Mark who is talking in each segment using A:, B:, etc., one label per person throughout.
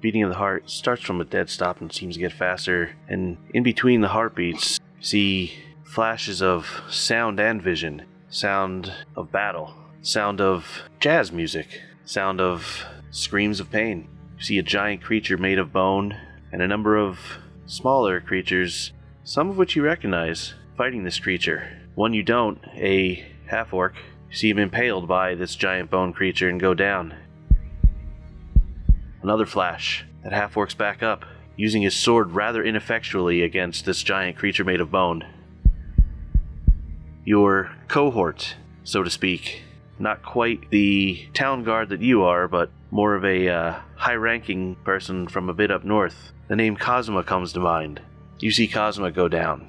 A: beating of the heart starts from a dead stop and seems to get faster. And in between the heartbeats, you see flashes of sound and vision, sound of battle, sound of jazz music, sound of screams of pain. You see a giant creature made of bone and a number of smaller creatures, some of which you recognize, fighting this creature. One you don't, a half orc, you see him impaled by this giant bone creature and go down. Another flash. That half orc's back up, using his sword rather ineffectually against this giant creature made of bone. Your cohort, so to speak, not quite the town guard that you are, but more of a uh, high ranking person from a bit up north. The name Cosma comes to mind. You see Cosma go down.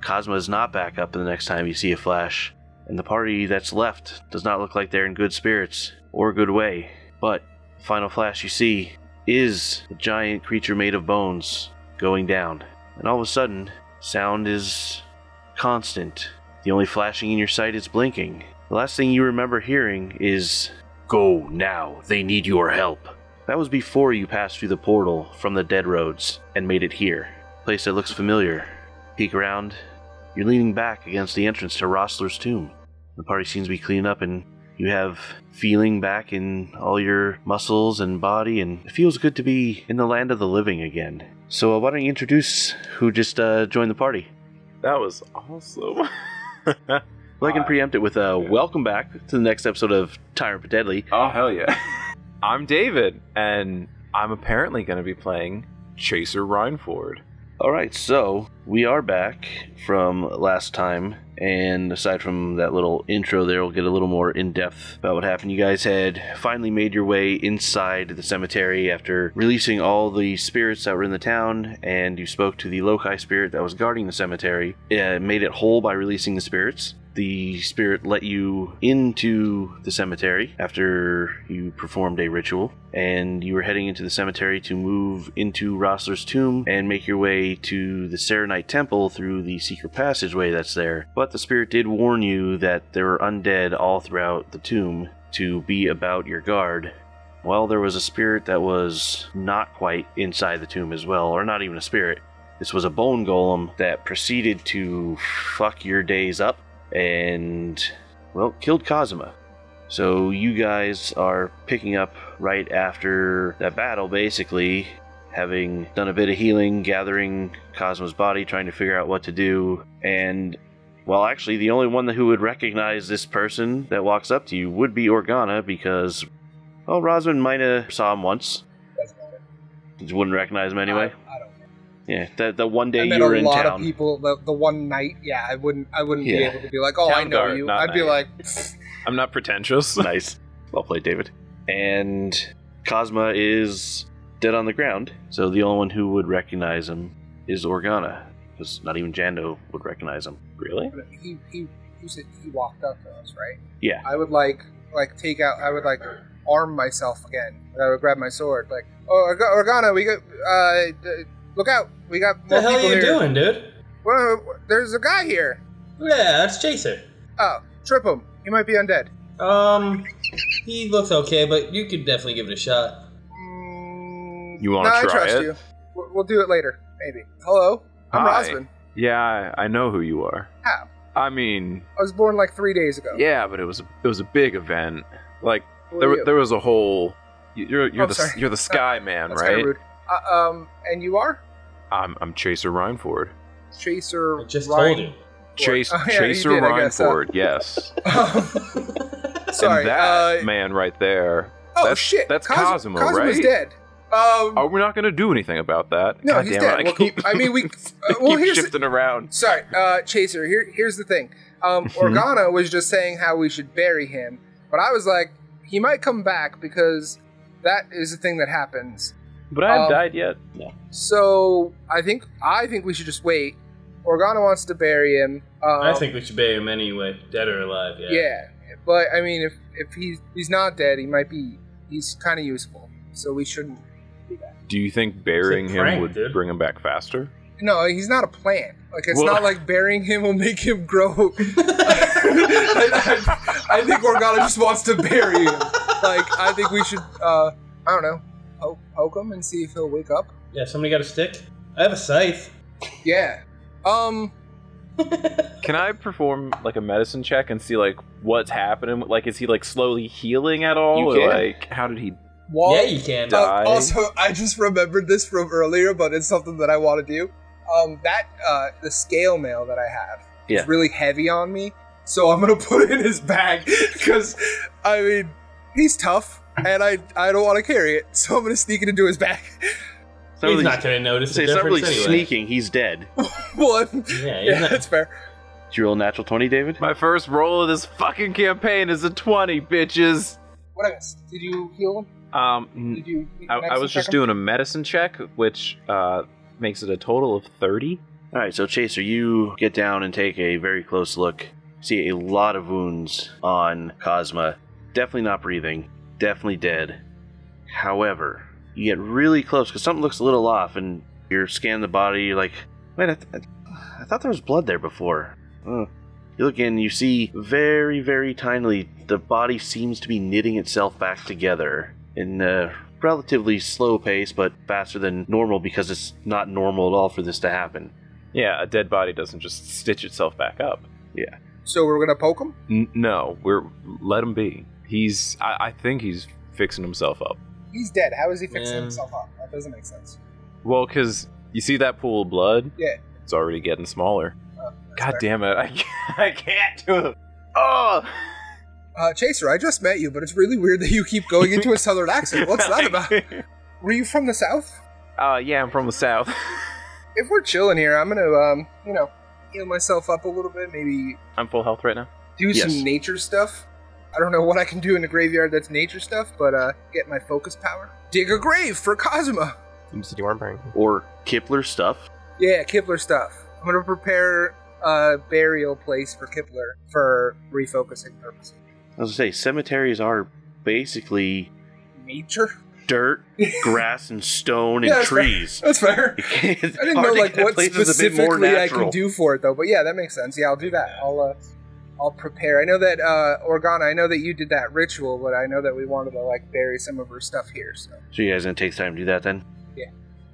A: Cosma is not back up the next time you see a flash, and the party that's left does not look like they're in good spirits or good way. But the final flash you see is a giant creature made of bones going down. And all of a sudden, sound is constant. The only flashing in your sight is blinking. The last thing you remember hearing is Go now, they need your help. That was before you passed through the portal from the dead roads and made it here. Place that looks familiar. Peek around. You're leaning back against the entrance to Rossler's tomb. The party seems to be cleaning up and you have feeling back in all your muscles and body and it feels good to be in the land of the living again. So uh, why don't you introduce who just uh, joined the party?
B: That was awesome.
A: Well, I can preempt it with a welcome back to the next episode of Tyrant but Deadly.
B: oh, hell yeah. I'm David, and I'm apparently going to be playing Chaser Rhineford.
A: All right, so we are back from last time, and aside from that little intro there, we'll get a little more in depth about what happened. You guys had finally made your way inside the cemetery after releasing all the spirits that were in the town, and you spoke to the loci spirit that was guarding the cemetery. It made it whole by releasing the spirits. The spirit let you into the cemetery after you performed a ritual, and you were heading into the cemetery to move into Rossler's tomb and make your way to the Serenite Temple through the secret passageway that's there. But the spirit did warn you that there were undead all throughout the tomb to be about your guard. Well, there was a spirit that was not quite inside the tomb as well, or not even a spirit. This was a bone golem that proceeded to fuck your days up and well killed Kazuma. So you guys are picking up right after that battle, basically having done a bit of healing, gathering Cosmo's body, trying to figure out what to do, and well, actually, the only one who would recognize this person that walks up to you would be Organa because, well, Rosman might have saw him once.
C: Doesn't matter.
A: Just wouldn't recognize him anyway.
C: I, I don't.
A: Yeah, that the one day
C: I met
A: you were
C: a
A: in
C: lot
A: town.
C: of people. The, the one night, yeah, I wouldn't. I wouldn't be
A: Yeah.
C: able to be like, oh, I
B: Town
C: know
B: guard,
C: you.
B: not
C: I'd be
B: night.
C: like,
B: I'm not pretentious.
A: nice. Well played, David. And Cosma is dead on the ground, so the only one who would recognize him is Organa. Because not even Jando would recognize him. Really?
C: he he he, said, he walked up to us, right?
A: Yeah.
C: I would like like take out. I would like arm myself again. And I would grab my sword. Like, oh, Org- Organa, we got. Uh, d- look out! We got more
D: the hell are
C: people
D: you
C: here.
D: doing, dude?
C: Well, there's a guy here.
D: Yeah, that's Chaser.
C: Oh, trip him. He might be undead.
D: Um, he looks okay, but you could definitely give it a shot.
C: Mm,
B: You wanna try
C: nah, I trust
B: it?
C: you. We'll, we'll do it later, maybe. Hello, I'm
B: Hi.
C: Rosman.
B: Yeah, I I know who you are.
C: How?
B: I mean,
C: I was born like three days ago.
B: yeah, but it was it was a big event. Like
C: Who are
B: there,
C: you?
B: there was a whole. You're you're
C: I'm
B: the
C: sorry. Uh,
B: you're the Sky Man,
C: That's
B: right?
C: kind of rude. Uh, um, and you are
B: I'm I'm Chaser Rhineford.
C: Chaser.
D: I just
C: Ryan-
D: told you.
B: Chase,
C: Oh, yeah, you
B: Chaser
C: did, I guess, uh,
B: Rhineford, yes.
C: Sorry.
B: and that
C: uh,
B: man right there.
C: oh
B: that's-
C: shit.
B: that's
C: Cos-
B: Cosmo,
C: Cosmo's
B: right?
C: dead. Um,
B: Oh, we're not gonna do anything about that.
C: no,
B: God
C: he's
B: damn It,
C: dead.
B: I
C: Well,
B: keep,
C: I mean, we.
B: I
C: Uh, well,
B: keep
C: here's. the-
B: shifting around.
C: Sorry, uh, Chaser. Here, here's the thing. Um,
B: Mhm.
C: Organa was just saying how we should bury him, but I was like, he might come back because that is the thing that happens.
B: But I haven't
C: Um,
B: died yet.
C: So I think I think we should just wait. Organa wants to bury him. Um,
D: I think we should bury him anyway, dead or alive. Yeah.
C: Yeah, but I mean, if if he's he's not dead, he might be. He's kind of useful, so we shouldn't.
B: Do you think burying
D: It's a
B: him
D: prank,
B: would
D: dude.
B: bring him back faster?
C: No, he's not a plant. Like it's
B: Well-
C: not like burying him will make him grow. I, I- I think Organa just wants to bury him. Like I think we should. uh I don't know. poke him and see if he'll wake up?
D: Yeah, somebody got a stick? I have a scythe.
C: Yeah. Um.
B: Can I perform like a medicine check and see like what's happening? Like, is he like slowly healing at all?
A: You
B: Or,
A: can.
B: like, how did he?
C: While,
D: yeah, you can.
B: Duh. die.
C: Uh, also, I just remembered this from earlier, but it's something that I want to do. Um, that uh, the scale mail that I have
A: Yeah.
C: is really heavy on me, so I'm gonna put it in his bag because I mean he's tough, and I I don't want to carry it, so I'm gonna sneak it into his bag.
A: It's
D: He's
A: really,
D: not going to notice
A: say, it's
D: the
A: not
D: difference
A: really
D: anyway.
A: sneaking. He's dead.
C: One.
D: Yeah, he's
C: Yeah,
D: not.
C: that's fair.
A: Did you roll a natural 20, David?
B: My first roll of this fucking campaign is a twenty, bitches.
C: What else? Did you heal him?
B: Um,
C: Did you?
B: I, I was just doing a medicine check, which uh makes it a total of thirty.
A: All right, so Chaser, you get down and take a very close look. See a lot of wounds on Cosma. Definitely not breathing. Definitely dead. However, you get really close because something looks a little off, and you're scanning the body. You're like, wait, I, th- I thought there was blood there before. Huh. You look in, you see very, very tinily the body seems to be knitting itself back together in a relatively slow pace, but faster than normal because it's not normal at all for this to happen.
B: Yeah, a dead body doesn't just stitch itself back up.
C: So we're gonna poke him.
B: N- no, we're let him be. He's. I, I think he's fixing himself up.
C: He's dead. How is he fixing
D: Yeah.
C: himself up? That doesn't make sense.
B: Well, because you see that pool of blood?
C: Yeah. Oh,
B: It's already getting smaller.
C: That's
B: God
C: fair.
B: damn it. I can't, I can't do it. Oh!
C: Uh, Chaser, I just met you, but it's really weird that you keep going into a southern accent. What's that about? Were you from the south?
B: Uh, yeah, I'm from the south.
C: If we're chilling here, I'm gonna, um, you know, heal myself up a little bit. Maybe
B: I'm full health right now.
C: do
A: Yes.
C: some nature stuff. I don't know what I can do in the graveyard that's nature stuff, but uh, get my focus power. Dig a grave for Cosma.
E: You said you weren't praying.
A: or Kipler stuff.
C: Yeah, Kipler stuff. I'm gonna prepare a burial place for Kipler for refocusing purposes.
A: I was gonna say cemeteries are basically
C: Nature.
A: dirt, grass, and stone and
C: Yeah, that's fair.
A: trees.
C: That's fair.
A: I
C: I didn't know like what specifically I can do for it though, but yeah, that makes sense. Yeah, I'll do that. I'll uh, I'll prepare. I know that uh, Organa. I know that you did that ritual, but I know that we wanted to like bury some of her stuff here. So,
A: So you guys gonna take time to do that then?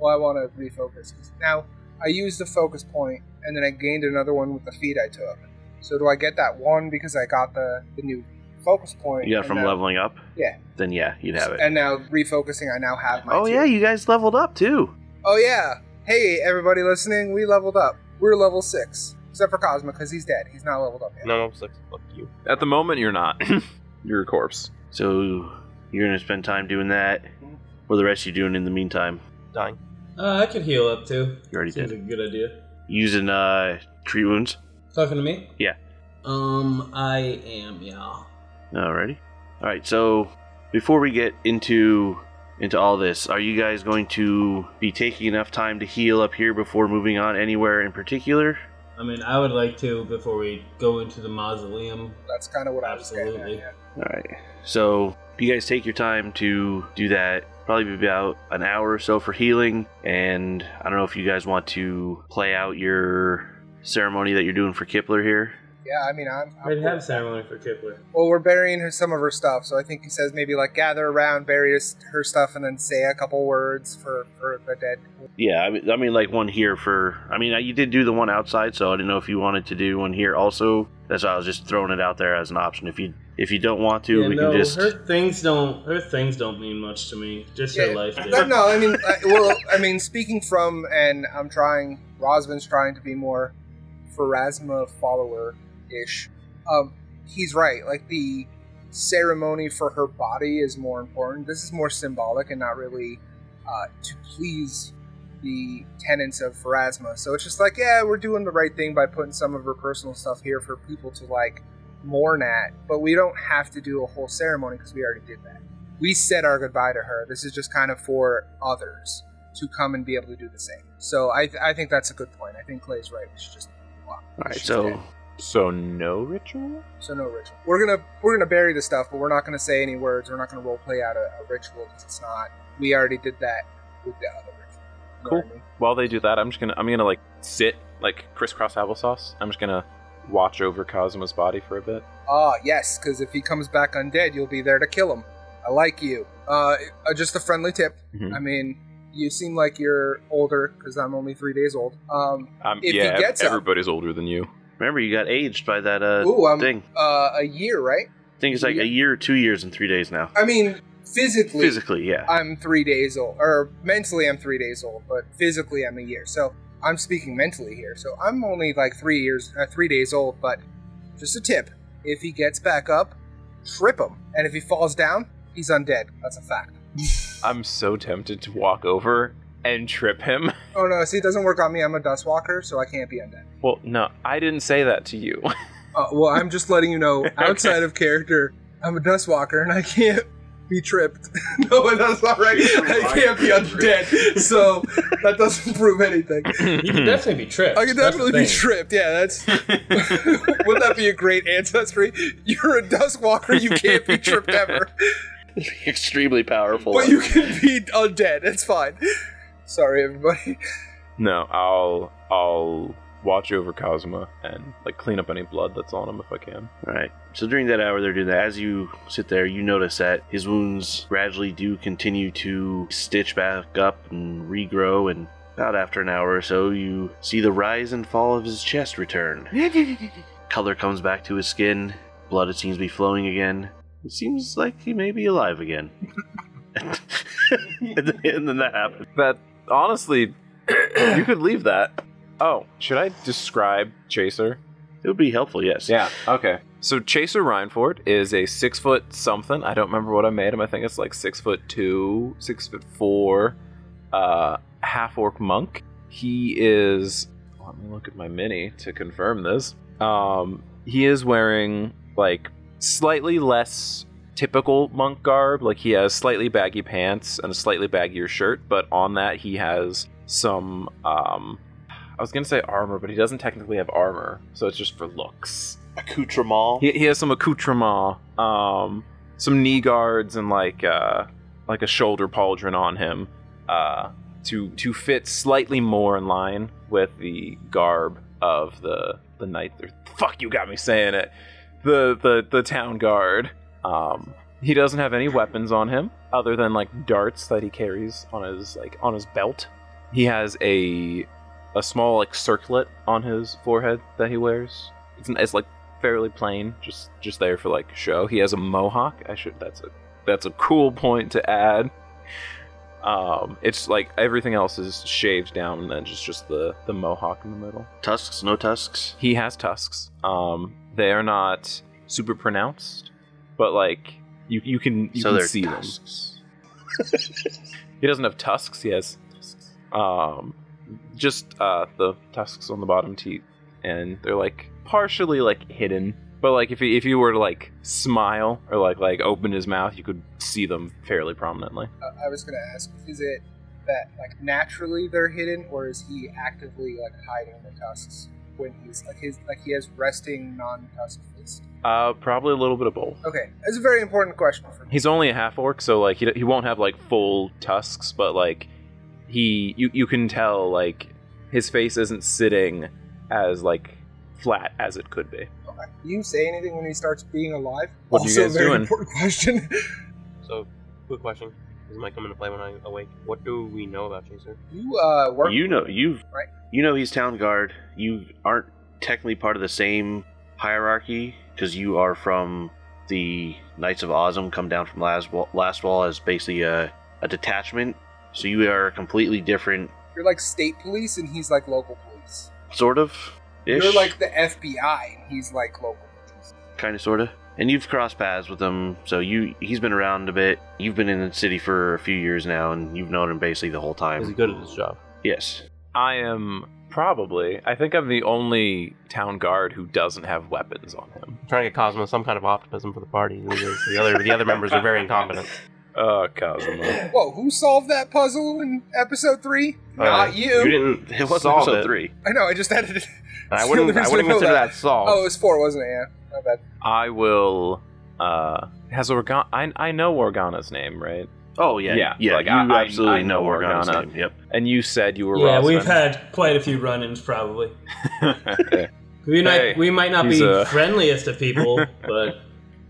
C: well, I want to refocus. Now, I used the focus point, and then I gained another one with the feed I took. So, do I get that one because I got the the new focus point?
A: You got
C: and
A: it from
C: now-
A: leveling up.
C: Yeah.
A: Then yeah, you'd have it.
C: And now refocusing, I now have my.
A: Oh
C: two.
A: yeah, you guys leveled up too.
C: Oh yeah. Hey, everybody listening, we leveled up. We're level six, except for Cosmo because he's dead. He's not leveled up yet.
E: No, no, six. Fuck you.
B: At the moment, you're not. you're a corpse.
A: So you're gonna spend time doing that.
C: Mm-hmm.
A: What are the rest of you doing in the meantime?
E: Dying.
D: Uh, I could heal up too.
A: You already
D: Seems
A: did.
D: like a good idea.
A: Using uh tree wounds.
D: Talking to me?
A: Yeah.
D: Um, I am, yeah.
A: Alrighty. Alright, so before we get into into all this, are you guys going to be taking enough time to heal up here before moving on anywhere in particular?
D: I mean, I would like to before we go into the mausoleum.
C: That's kind of what I was
D: Absolutely.
C: getting at.
A: Alright. So you guys take your time to do that. Probably be about an hour or so for healing, and I don't know if you guys want to play out your ceremony that you're doing for Kipler here.
C: Yeah, yeah I mean, I'm.
D: We'd
C: I'm
D: have ceremony for Kipler.
C: well, we're burying her, some of her stuff, so I think he says maybe like gather around, bury her, her stuff, and then say a couple words for, for the dead.
A: Yeah, I mean, I mean, like one here for. I mean, you did do the one outside, so I didn't know if you wanted to do one here also. That's why I was just throwing it out there as an option. If you if you don't want to,
D: yeah,
A: we
D: no,
A: can just.
D: her things don't her things don't mean much to me. Just her
C: Yeah.
D: life.
C: No,
D: Did.
C: no, I mean, I, well, I mean, speaking from, and I'm trying. Rosvin's trying to be more Pharasma follower ish. Um, he's right. Like the ceremony for her body is more important. This is more symbolic and not really uh, to please the tenants of Pharasma. So it's just like, yeah, we're doing the right thing by putting some of her personal stuff here for people to like mourn at, but we don't have to do a whole ceremony because we already did that we said our goodbye to her. This is just kind of for others to come and be able to do the same. So I, I think that's a good point. I think Clay's right. We should just walk.
A: All right,
C: She's
A: so
C: dead.
B: So, no ritual?
C: so no ritual. We're gonna we're gonna bury the stuff, but we're not gonna say any words. We're not gonna role play out a, a ritual because it's not. We already did that with the other ritual. You know
B: Cool.
C: what I mean?
B: While they do that, I'm just gonna, I'm gonna, like, sit, like, crisscross applesauce. I'm just gonna watch over Cosmo's body for a bit.
C: Ah yes, because if he comes back undead, you'll be there to kill him. I like you. Uh, uh, just a friendly tip.
B: Mhm.
C: I mean, you seem like you're older because I'm only three days old. Um,
B: Um,
C: If he
B: yeah, ev-
C: gets up-
B: everybody's older than you.
A: Remember, you got aged by that uh,
C: ooh, I'm
A: thing.
C: uh, a year, right?
A: I think it's like
C: yeah.
A: a year or two years and three days now.
C: I mean, physically,
A: Physically, yeah.
C: I'm three days old, or mentally, I'm three days old, but physically, I'm a year. So I'm speaking mentally here. So I'm only like three years, uh, three days old. But just a tip: if he gets back up, trip him, and if he falls down, he's undead. That's a fact.
B: I'm so tempted to walk over and trip him.
C: Oh no! See, it doesn't work on me. I'm a dust walker, so I can't be undead.
B: Well, no, I didn't say that to you.
C: Uh, well, I'm just letting you know,
B: Okay.
C: outside of character, I'm a dust walker, and I can't be tripped. no, that's not right. I can't be undead, so that doesn't prove anything.
D: You can definitely be tripped.
C: I could
D: That's the
C: definitely be
D: thing.
C: tripped. Yeah, that's. Wouldn't that be a great ancestry? You're a dust walker. You can't be tripped ever,
A: Extremely powerful.
C: but you can be undead. It's fine. Sorry, everybody.
B: no, I'll I'll watch over Cosma and like clean up any blood that's on him if I can.
A: All right. So during that hour, they're doing that. As you sit there, you notice that his wounds gradually do continue to stitch back up and regrow. And about after an hour or so, you see the rise and fall of his chest return. Color comes back to his skin. Blood it seems to be flowing again. It seems like he may be alive again. and then- and then that happens.
B: That honestly, you could leave that. Oh, should I describe Chaser?
A: It would be helpful, yes.
B: Yeah. Okay. So Chaser Reinford is a six foot something. I don't remember what I made him. I think it's like six foot two, six foot four, uh, half orc monk. He is. Let me look at my mini to confirm this. Um, he is wearing like slightly less typical monk garb. Like he has slightly baggy pants and a slightly baggier shirt, but on that he has some. Um, I was gonna say armor, but he doesn't technically have armor, so it's just for looks.
A: Accoutrement.
B: He, he has some accoutrement, um, some knee guards, and like uh, like a shoulder pauldron on him uh, to to fit slightly more in line with the garb of the the knight. Fuck, you got me saying it. The the the town guard. Um, he doesn't have any weapons on him other than like darts that he carries on his like on his belt. He has a a small like circlet on his forehead that he wears. It's, it's like fairly plain, just just there for like show. He has a mohawk. I should that's a that's a cool point to add. Um, it's like everything else is shaved down, and then just just the the mohawk in the middle.
A: Tusks, no tusks.
B: He has tusks. Um, they are not super pronounced, but like you you can you
A: so
B: can
A: they're
B: see them.
A: tusks.
B: He doesn't have tusks. He has tusks. um, just uh, the tusks on the bottom teeth, and they're like partially like hidden. But like if he, if you were to like smile or like like open his mouth, you could see them fairly prominently.
C: Uh, I was gonna ask: Is it that like naturally they're hidden, or is he actively like hiding the tusks when he's like his like he has resting non-tusk face?
B: Uh, probably a little bit of both.
C: Okay, that's a very important question for me.
B: He's only a half orc, so like he, he won't have like full tusks, but like he you you can tell like his face isn't sitting as like flat as it could be.
C: Do you say anything when he starts being alive?
B: What are you
C: also,
B: guys
C: a very
B: doing?
C: important question.
E: So, quick question. This might come into play when I'm awake. What do we know about Chaser?
C: you uh, work.
A: you know you've
C: Right.
A: you know he's town guard you aren't technically part of the same hierarchy because you are from the knights of ozum come down from last wall, last wall as basically a, a detachment so you are completely different
C: You're like state police, and he's like local police.
A: sort of ish
C: You're like the FBI, and he's like local police.
A: kind of sort of and you've crossed paths with him so you he's been around a bit you've been in the city for a few years now and you've known him basically the whole time
E: Is he good at his job?
A: yes
B: I am probably. I think I'm the only town guard who doesn't have weapons on him.
E: I'm trying to get Cosmo some kind of optimism for the party. because The other, the other members are very incompetent.
B: Oh, Cosmo.
C: Whoa, who solved that puzzle in episode three?
E: Uh,
C: Not
E: You
C: you.
E: didn't
A: it was
E: solve
A: episode
E: it.
A: three
C: I know. I just edited. it.
E: I wouldn't. I wouldn't consider that solved.
C: Oh, it was four, wasn't it? Yeah. My bad.
B: I will. Uh, has Organa? I I know Organa's name, right?
A: oh yeah
B: Yeah,
A: yeah,
B: like,
A: you
B: I- I-
A: absolutely
B: I
A: know
B: know
A: Organa's
B: Organa.
A: name yep
B: And you said you were.
D: Yeah, we've
B: Rosman.
D: had quite a few run-ins, probably.
B: had.
D: We might
B: Hey,
D: we might not
B: he's,
D: be
B: uh,
D: friendliest of people, but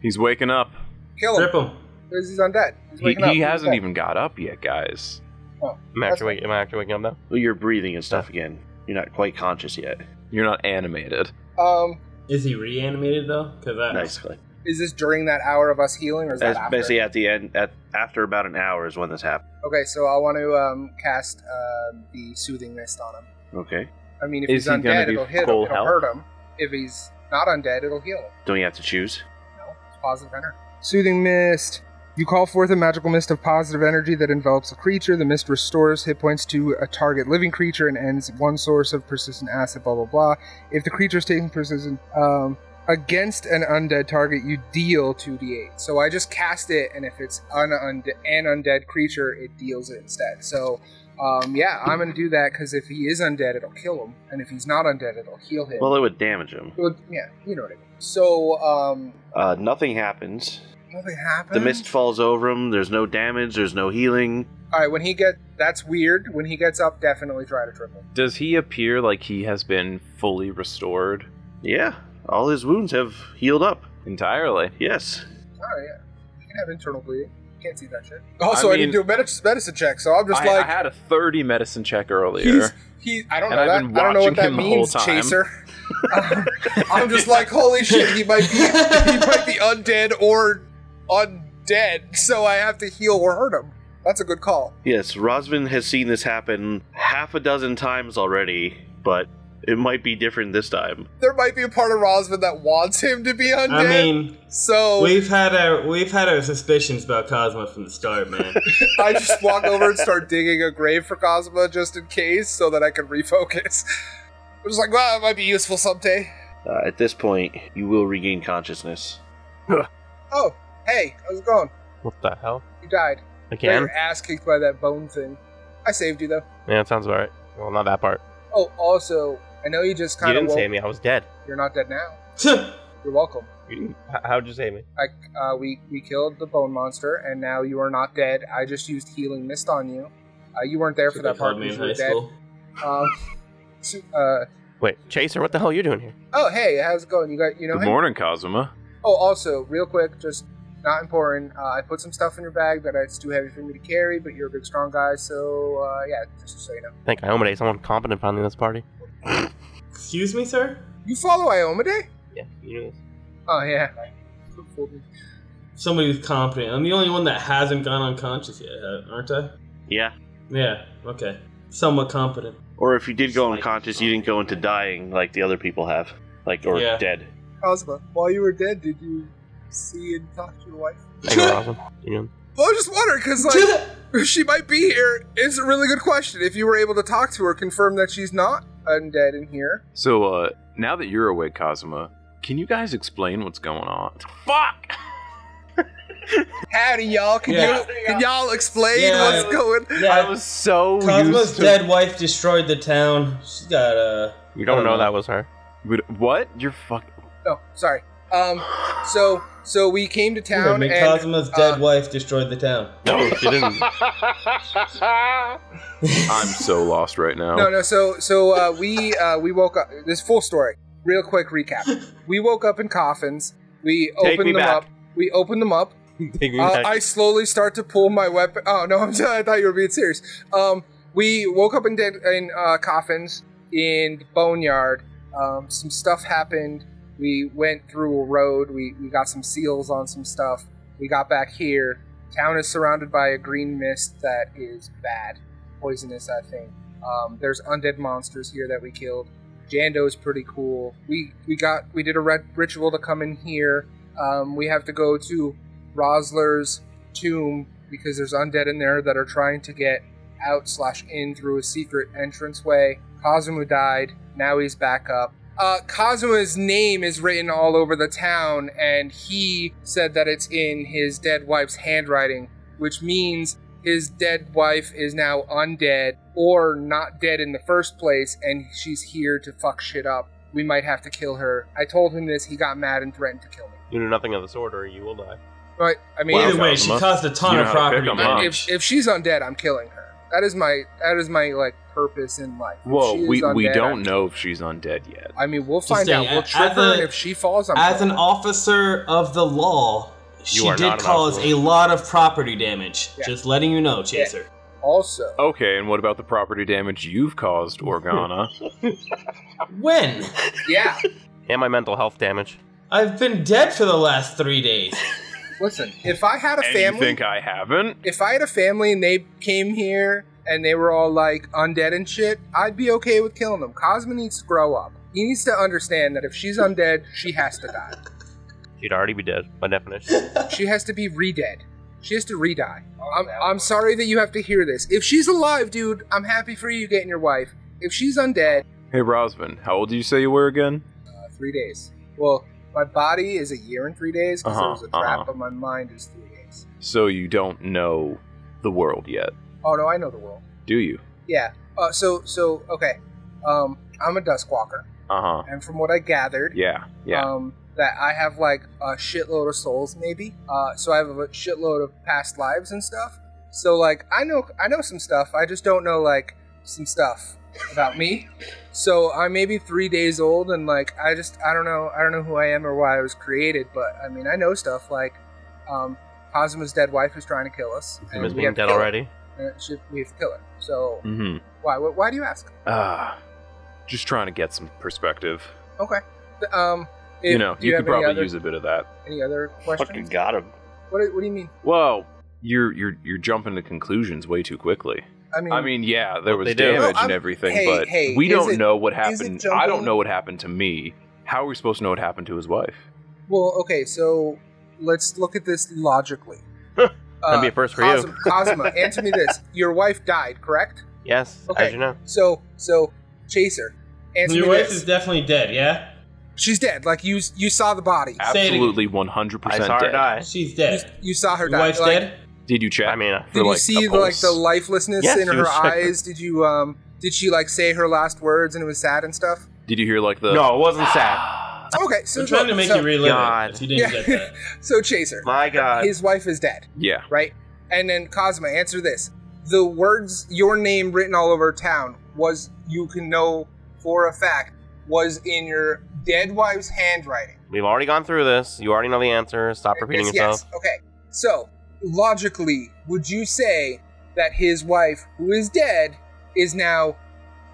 B: He's waking up.
C: Kill him.
D: trip him.
C: There's he's undead. He's
B: He,
C: waking up.
B: he
C: He's
B: hasn't
C: dead.
B: even got up yet, guys.
E: Am I, actually, am I actually waking up now?
A: Well, you're breathing and stuff again. You're not quite conscious yet,
B: You're not animated.
C: Um,
D: Is he reanimated though? Because I
A: basically.
C: is this during that hour of us healing, or is
A: That's
C: that after?
A: basically at the end. At after about an hour is when this happened.
C: Okay, so I want to um, cast uh, the soothing mist on him.
A: Okay.
C: I mean, if
B: Is
C: he's
B: he gonna
C: undead,
B: be
C: it'll hit him.
B: full
C: It'll
B: health?
C: hurt him. If he's not undead, it'll heal him.
A: Don't you have to choose?
C: No, it's positive energy. Soothing mist. You call forth a magical mist of positive energy that envelops a creature. The mist restores hit points to a target living creature and ends one source of persistent acid. Blah blah blah. If the creature is taking persistent um, against an undead target, you deal two d8. So I just cast it, and if it's an, unde- an undead creature, it deals it instead. So um, yeah, I'm gonna do that because if he is undead, it'll kill him, and if he's not undead, it'll heal him.
A: Well, it would damage him.
C: It would- yeah, you know what I mean. So um,
A: Uh, nothing happens.
C: Nothing happened.
A: The mist falls over him. There's no damage. There's no healing.
C: All right, when he get that's weird. When he gets up, definitely try to trip him.
B: Does he appear like he has been fully restored
A: Yeah, all his wounds have healed up.
B: entirely?
A: Yes.
C: Oh yeah, you can have internal bleeding. Can't see that shit. Also, I,
B: I
C: didn't
B: mean-
C: do a medicine, medicine check, so I'm just
B: I,
C: like
B: I had a 30 medicine check earlier.
C: he's he. I don't
B: And
C: know
B: I've
C: that.
B: been
C: I don't know
B: watching
C: what that
B: him the whole
C: means,
B: time.
C: Chaser. Um, I'm just like, holy shit, he might be he might be undead or undead, so I have to heal or hurt him. That's a good call.
A: Yes, Rosvin has seen this happen half a dozen times already, but it might be different this time.
C: There might be a part of Rosvin that wants him to be undead.
D: I mean,
C: so
D: we've had our we've had our suspicions about Cosmo from the start, man.
C: I just walk over and start digging a grave for Cosmo just in case so that I can refocus. I'm just like, wow, it might be useful someday.
A: Uh, at this point, you will regain consciousness.
C: Oh, hey, how's it going?
E: What the hell?
C: You died. Got
E: Again?
C: Your ass kicked by that bone thing. I saved you though.
E: Yeah, it sounds about right. Well, not that part.
C: Oh, also, I know you just
E: You
C: kind of
E: didn't
C: woke.
E: save me. I was dead.
C: You're not dead now.
D: That's
C: You're welcome.
E: You didn't- h- How'd you save me?
C: I, uh, we we killed the bone monster, and now you are not dead. I just used healing mist on you. Uh, you weren't there for that part
D: me in
C: because you
D: high
C: were dead.
D: school.
C: Um, so, uh,
E: Wait, Chaser, what the hell are you doing here?
C: oh, hey, how's it going? You got you know
B: Good
C: him?
B: morning, Cosima.
C: Oh, also, real quick, just not important. Uh, I put some stuff in your bag that it's too heavy for me to carry, but you're a big, strong guy, so uh, yeah, just so you know.
E: Thank Iomade, someone competent finally in this party.
D: Excuse me, sir.
C: You follow Iomade?
E: Yeah, you knew this.
C: Oh yeah.
D: Somebody who's competent. I'm the only one that hasn't gone unconscious yet, uh, aren't I?
A: Yeah.
D: Yeah. Okay. Somewhat competent.
A: Or if you did go unconscious, you didn't go into dying like the other people have, like or
D: Yeah.
A: dead.
C: Cosma, while you were dead, did you see and talk to your wife?
E: Thank you, Roslyn. You knew him.
C: Well, I just wondered because like she might be here. It's a really good question. If you were able to talk to her, confirm that she's not undead in here.
B: So, uh, now that you're awake, Cosima, can you guys explain what's going on? Fuck!
C: Howdy, y'all. Can
D: Yeah.
C: you can y'all explain
D: Yeah.
C: what's going?
B: I was so
D: Cosmo's
B: used to-
D: dead wife destroyed the town. She's got uh, a.
E: You don't
D: I don't
E: know
D: know.
E: that was her.
B: Would- What? You're fuck.
C: Oh, sorry. Um, so so we came to town and
D: Cosmo's dead
C: uh,
D: wife destroyed the town.
E: No, she didn't.
B: I'm so lost right now.
C: No, no. So, so uh, we uh, we woke up. This full story. Real quick recap. We woke up in coffins. We
E: Take
C: opened
E: me
C: them
E: back.
C: up. We opened them up.
E: Take me
C: Uh,
E: back.
C: I slowly start to pull my weapon. Oh no! I'm sorry, I thought you were being serious. Um, we woke up in dead in uh, coffins in the boneyard. Um, some stuff happened. We went through a road. We we got some seals on some stuff. We got back here. Town is surrounded by a green mist that is bad, poisonous. I think. Um, there's undead monsters here that we killed. Jando's pretty cool. We we got we did a ret- ritual to come in here. Um, we have to go to Rosler's tomb because there's undead in there that are trying to get out slash in through a secret entranceway. Kazumu died. Now he's back up. Uh, Kazuma's name is written all over the town, and he said that it's in his dead wife's handwriting, which means his dead wife is now undead or not dead in the first place, and she's here to fuck shit up. We might have to kill her. I told him this. He got mad and threatened to kill me.
E: you knew nothing of the sort, or you will die.
C: But I mean,
B: Wow.
D: Either way, she
B: Cosmo.
D: caused a ton
B: You know
D: of
B: how to pick
D: property.
B: 'em
D: damage.
B: up.
C: if, if she's undead, I'm killing her. That is my that is my like purpose in life. If
B: Whoa,
C: she is
B: we, we
C: undead,
B: don't
C: I'm-
B: know if she's undead yet.
C: I mean, we'll
D: Just
C: find
D: saying,
C: out. We'll
D: a-
C: trigger
D: as
C: her,
D: a-
C: and if she falls, I'm
D: As an
C: killing her.
D: officer of the law,
E: You
D: She
E: are
D: did
E: not an
D: cause a
E: alcoholic.
D: lot of property damage.
C: Yeah.
D: Just letting you know, Chaser.
C: Also,
B: Okay, and what about the property damage you've caused, Organa?
D: When?
C: yeah,
E: and my mental health damage.
D: I've been dead for the last three days.
C: listen, if I had a
B: and you
C: family,
B: think I haven't?
C: if I had a family and they came here and they were all like undead and shit, I'd be okay with killing them. Cosmo needs to grow up. He needs to understand that if she's undead, she has to die.
E: She'd already be dead by definition.
C: She has to be re-dead. She has to re-die. I'm, I'm sorry that you have to hear this. If she's alive, dude, I'm happy for you getting your wife. If she's undead,
B: Hey, Rosvin, how old do you say you were again?
C: uh, three days. Well, my body is a year and three days because
B: Uh-huh,
C: there was a trap,
B: uh-huh.
C: but my mind is three days.
B: So you don't know the world yet,
C: Oh no, I know the world.
B: do you?
C: Yeah. Uh, so so okay. Um, I'm a dusk walker,
B: Uh huh.
C: and from what I gathered,
B: Yeah, yeah.
C: um, that I have like a shitload of souls, maybe. Uh, so I have a shitload of past lives and stuff. So like I know I know some stuff. I just don't know like some stuff about me. So I'm maybe three days old, and like I just I don't know I don't know who I am or why I was created. But I mean I know stuff like um, Cosmo's dead wife is trying to kill us.
E: Him as
C: we
E: being
C: have to
E: dead
C: kill her.
E: already.
C: And she- we have to kill her. So
B: mm hmm.
C: why why why do you ask?
B: Ah, just trying to get some perspective.
C: Okay. Um, if-
B: you know,
C: do
B: you,
C: have
B: could
C: any
B: probably
C: other-
B: use a bit of that.
C: any other
A: Fucking
C: questions.
A: got him.
C: What do- what do you mean?
B: Well, you're you're you're jumping to conclusions way too quickly. I mean, yeah, there
E: What
B: was
E: they do.
B: damage
C: Mm. Well,
B: and
C: I'm-
B: everything,
C: hey,
B: but
C: hey,
B: we
C: is
B: don't
C: it-
B: know what
C: is it
B: happened.
C: jumping?
B: I don't know what happened to me. How are we supposed to know what happened to his wife?
C: Well, okay, so let's look at this logically.
E: That'd be a first for
C: Cosma,
E: you.
C: Cosma, answer me this: Your wife died, correct?
E: Yes,
C: Okay.
E: as you know.
C: So, so Chaser, answer
D: Your
C: me
D: wife
C: this:
D: is definitely dead, yeah?
C: She's dead. Like you, you saw the body.
D: Say it again.
B: Absolutely, one hundred
E: I
B: percent
E: saw her
B: dead.
E: die.
D: She's
C: You,
D: dead.
C: you saw her
D: Your
C: die.
D: wife's
C: Like,
D: dead?
B: Did you check?
E: I mean, uh,
C: Did
B: for,
C: you
B: like,
C: see
B: a
C: like
B: pulse.
C: the lifelessness
E: Yes,
C: in
E: she
C: her
E: was checking.
C: eyes? Did you um? Did she like say her last words and it was sad and stuff?
B: Did you hear like the?
E: no, it wasn't sad.
C: Okay, so
D: I'm trying
C: look,
D: to make
C: so,
D: you relive
E: God.
D: it. If you didn't
C: Yeah.
D: get that.
C: so Chaser,
E: My God.
C: his wife is dead.
B: Yeah.
C: right? And then Cosma, answer this: the words your name written all over town was you can know for a fact was in your dead wife's handwriting.
E: We've already gone through this. You already know the answer. Stop repeating
C: Yes,
E: yourself.
C: yes. Okay. So logically, would you say that his wife, who is dead, is now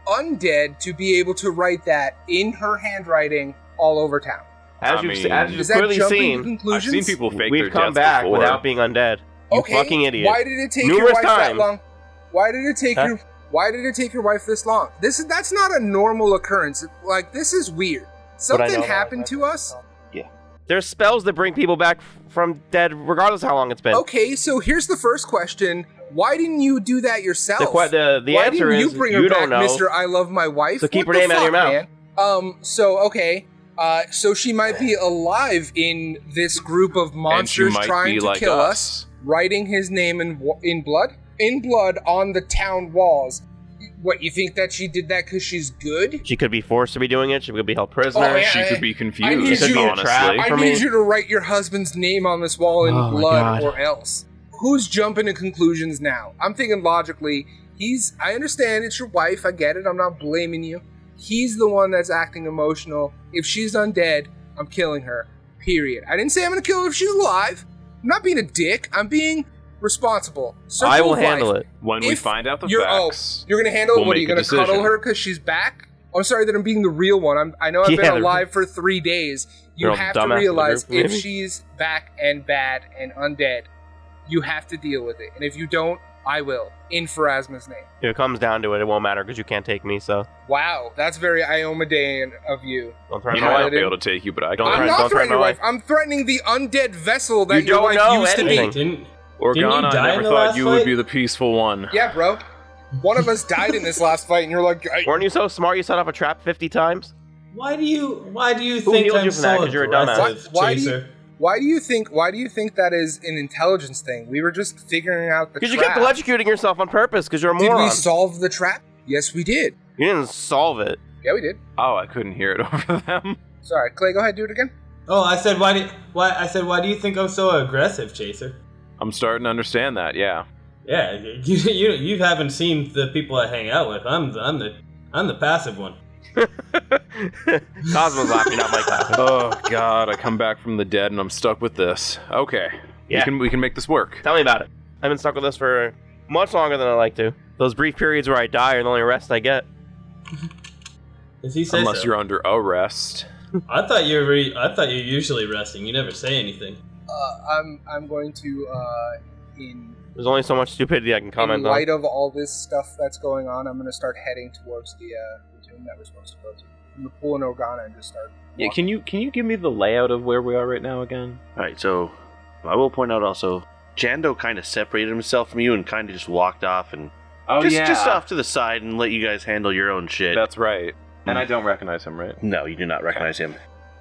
C: undead to be able to write that in her handwriting all over town?
E: As
B: I
E: you've,
B: mean-
E: as you've
C: Is that
E: clearly
C: jumping to
E: seen,
B: I've
C: conclusions?
B: seen people fake their
E: we've
B: deaths
E: come back
B: before.
E: without being undead. You
C: okay,
E: fucking idiot.
C: Why did it take your
E: Numerous
C: wife that
E: times.
C: long? Why did it take
E: Huh?
C: your Why did it take your wife this long? This is that's not a normal occurrence. Like this is weird.
E: But I know
C: Something
E: that
C: happened to us.
E: There's spells that bring people back f- from dead, regardless of how long it's been.
C: Okay, so here's the first question: Why didn't you do that yourself?
E: The, que- the, the
C: Why
E: answer
C: didn't
E: is
C: you bring her back,
E: don't know.
C: Mister? I love my wife.
E: So keep
C: What
E: her
C: the
E: name out of
C: fuck,
E: your
C: man? Um. So okay. Uh. So she might be alive in this group of
B: And she
C: monsters
B: might
C: trying
B: be
C: to
B: like
C: kill us.
B: us.
C: writing his name in wa- in blood, in blood on the town walls. What you think that she did that because she's good?
E: She could be forced to be doing it. She could be held prisoner.
C: Oh, yeah,
B: She
C: I-
B: could be confused.
C: need you to
B: honestly,
E: trap.
C: I
E: for
C: need
E: me.
C: you to write your husband's name on this wall in
E: Oh, my
C: blood,
E: God.
C: or else. Who's jumping to conclusions now? I'm thinking logically. He's. I understand it's your wife. I get it. I'm not blaming you. He's the one that's acting emotional. If she's undead, I'm killing her. Period. I didn't say I'm gonna kill her if she's alive. I'm not being a dick. I'm being responsible.
E: I will handle it.
B: when we
C: If
B: find out the
C: you're- oh,
B: facts.
C: You're gonna handle it.
B: We'll
C: What are
B: make
C: you
B: a
C: gonna cuddle
B: decision.
C: her because she's back? Oh, I'm sorry that I'm being the real one. I'm, I know I've
E: Yeah,
C: been
E: the-
C: alive for three days. You
E: You're all
C: have to
E: dumbass in the
C: realize
E: group,
C: if
E: maybe?
C: she's back and bad and undead, you have to deal with it. And if you don't, I will in Pharasma's name.
E: If it comes down to it, it won't matter because you can't take me. So
C: Wow, that's very Iomedean of you.
E: don't threaten
B: you
E: my
B: might not
E: life.
B: be able to take you, but I can.
E: Don't
C: I'm
E: threaten-
C: not threatening
E: threaten
C: your
E: my
C: wife. I'm threatening the undead vessel that
E: You
C: your
E: don't
C: wife
E: know
C: used
E: anything.
C: to
D: Didn't, you
B: Organa,
D: die
B: I
D: in
B: never
D: the
B: thought
D: last
B: you
D: fight?
B: would be the peaceful one.
C: be. Yeah, bro. One of us died in this last fight, and you're like, I-
E: Weren't you so smart? You set off a trap 50 times.
D: Why do you why do you
E: Who
D: think
E: healed
D: I'm
E: you from that?
D: so
E: 'Cause you're a dumbass.
D: aggressive,
C: Why- why do you-
D: Chaser?
C: why do you think? Why do you think that is an intelligence thing? We were just figuring out the.
E: Because
C: Because
E: you kept electrocuting yourself on purpose. Because you're a
C: Did
E: moron.
C: we solve the trap? Yes, we did.
E: you didn't solve it.
C: Yeah, we did.
B: Oh, I couldn't hear it over them.
C: Sorry, Clay, go ahead, do it again.
D: Oh, I said why do why I said why do you think I'm so aggressive, Chaser?
B: I'm starting to understand that. Yeah.
D: Yeah, you, you you haven't seen the people I hang out with. I'm the, I'm the I'm the passive one.
E: Cosmo's laughing, not Mike laughing.
B: oh God, I come back from the dead and I'm stuck with this. Okay, we
E: Yeah.
B: can we can make this work.
E: Tell me about it. I've been stuck with this for much longer than I like to. Those brief periods where I die are the only rest I get.
D: If he says
B: Unless
D: so.
B: you're under arrest.
D: I thought you were. Re- I thought you're usually resting. You never say anything.
C: Uh, I'm I'm going to uh, in,
E: There's only so much stupidity I can
C: in
E: comment on.
C: light of all this stuff that's going on. I'm going to start heading towards the, uh, the tomb that we're supposed to go to. I'm going to pull an Organa and just start.
B: Yeah, can you can you give me the layout of where we are right now again?
A: All right, so I will point out also, Jando kind of separated himself from you and kind of just walked off and
B: Oh
A: just, just
C: uh,
A: off to the side and let you guys handle your own shit.
B: That's right. And I don't recognize him, right?
A: No, you do not recognize him.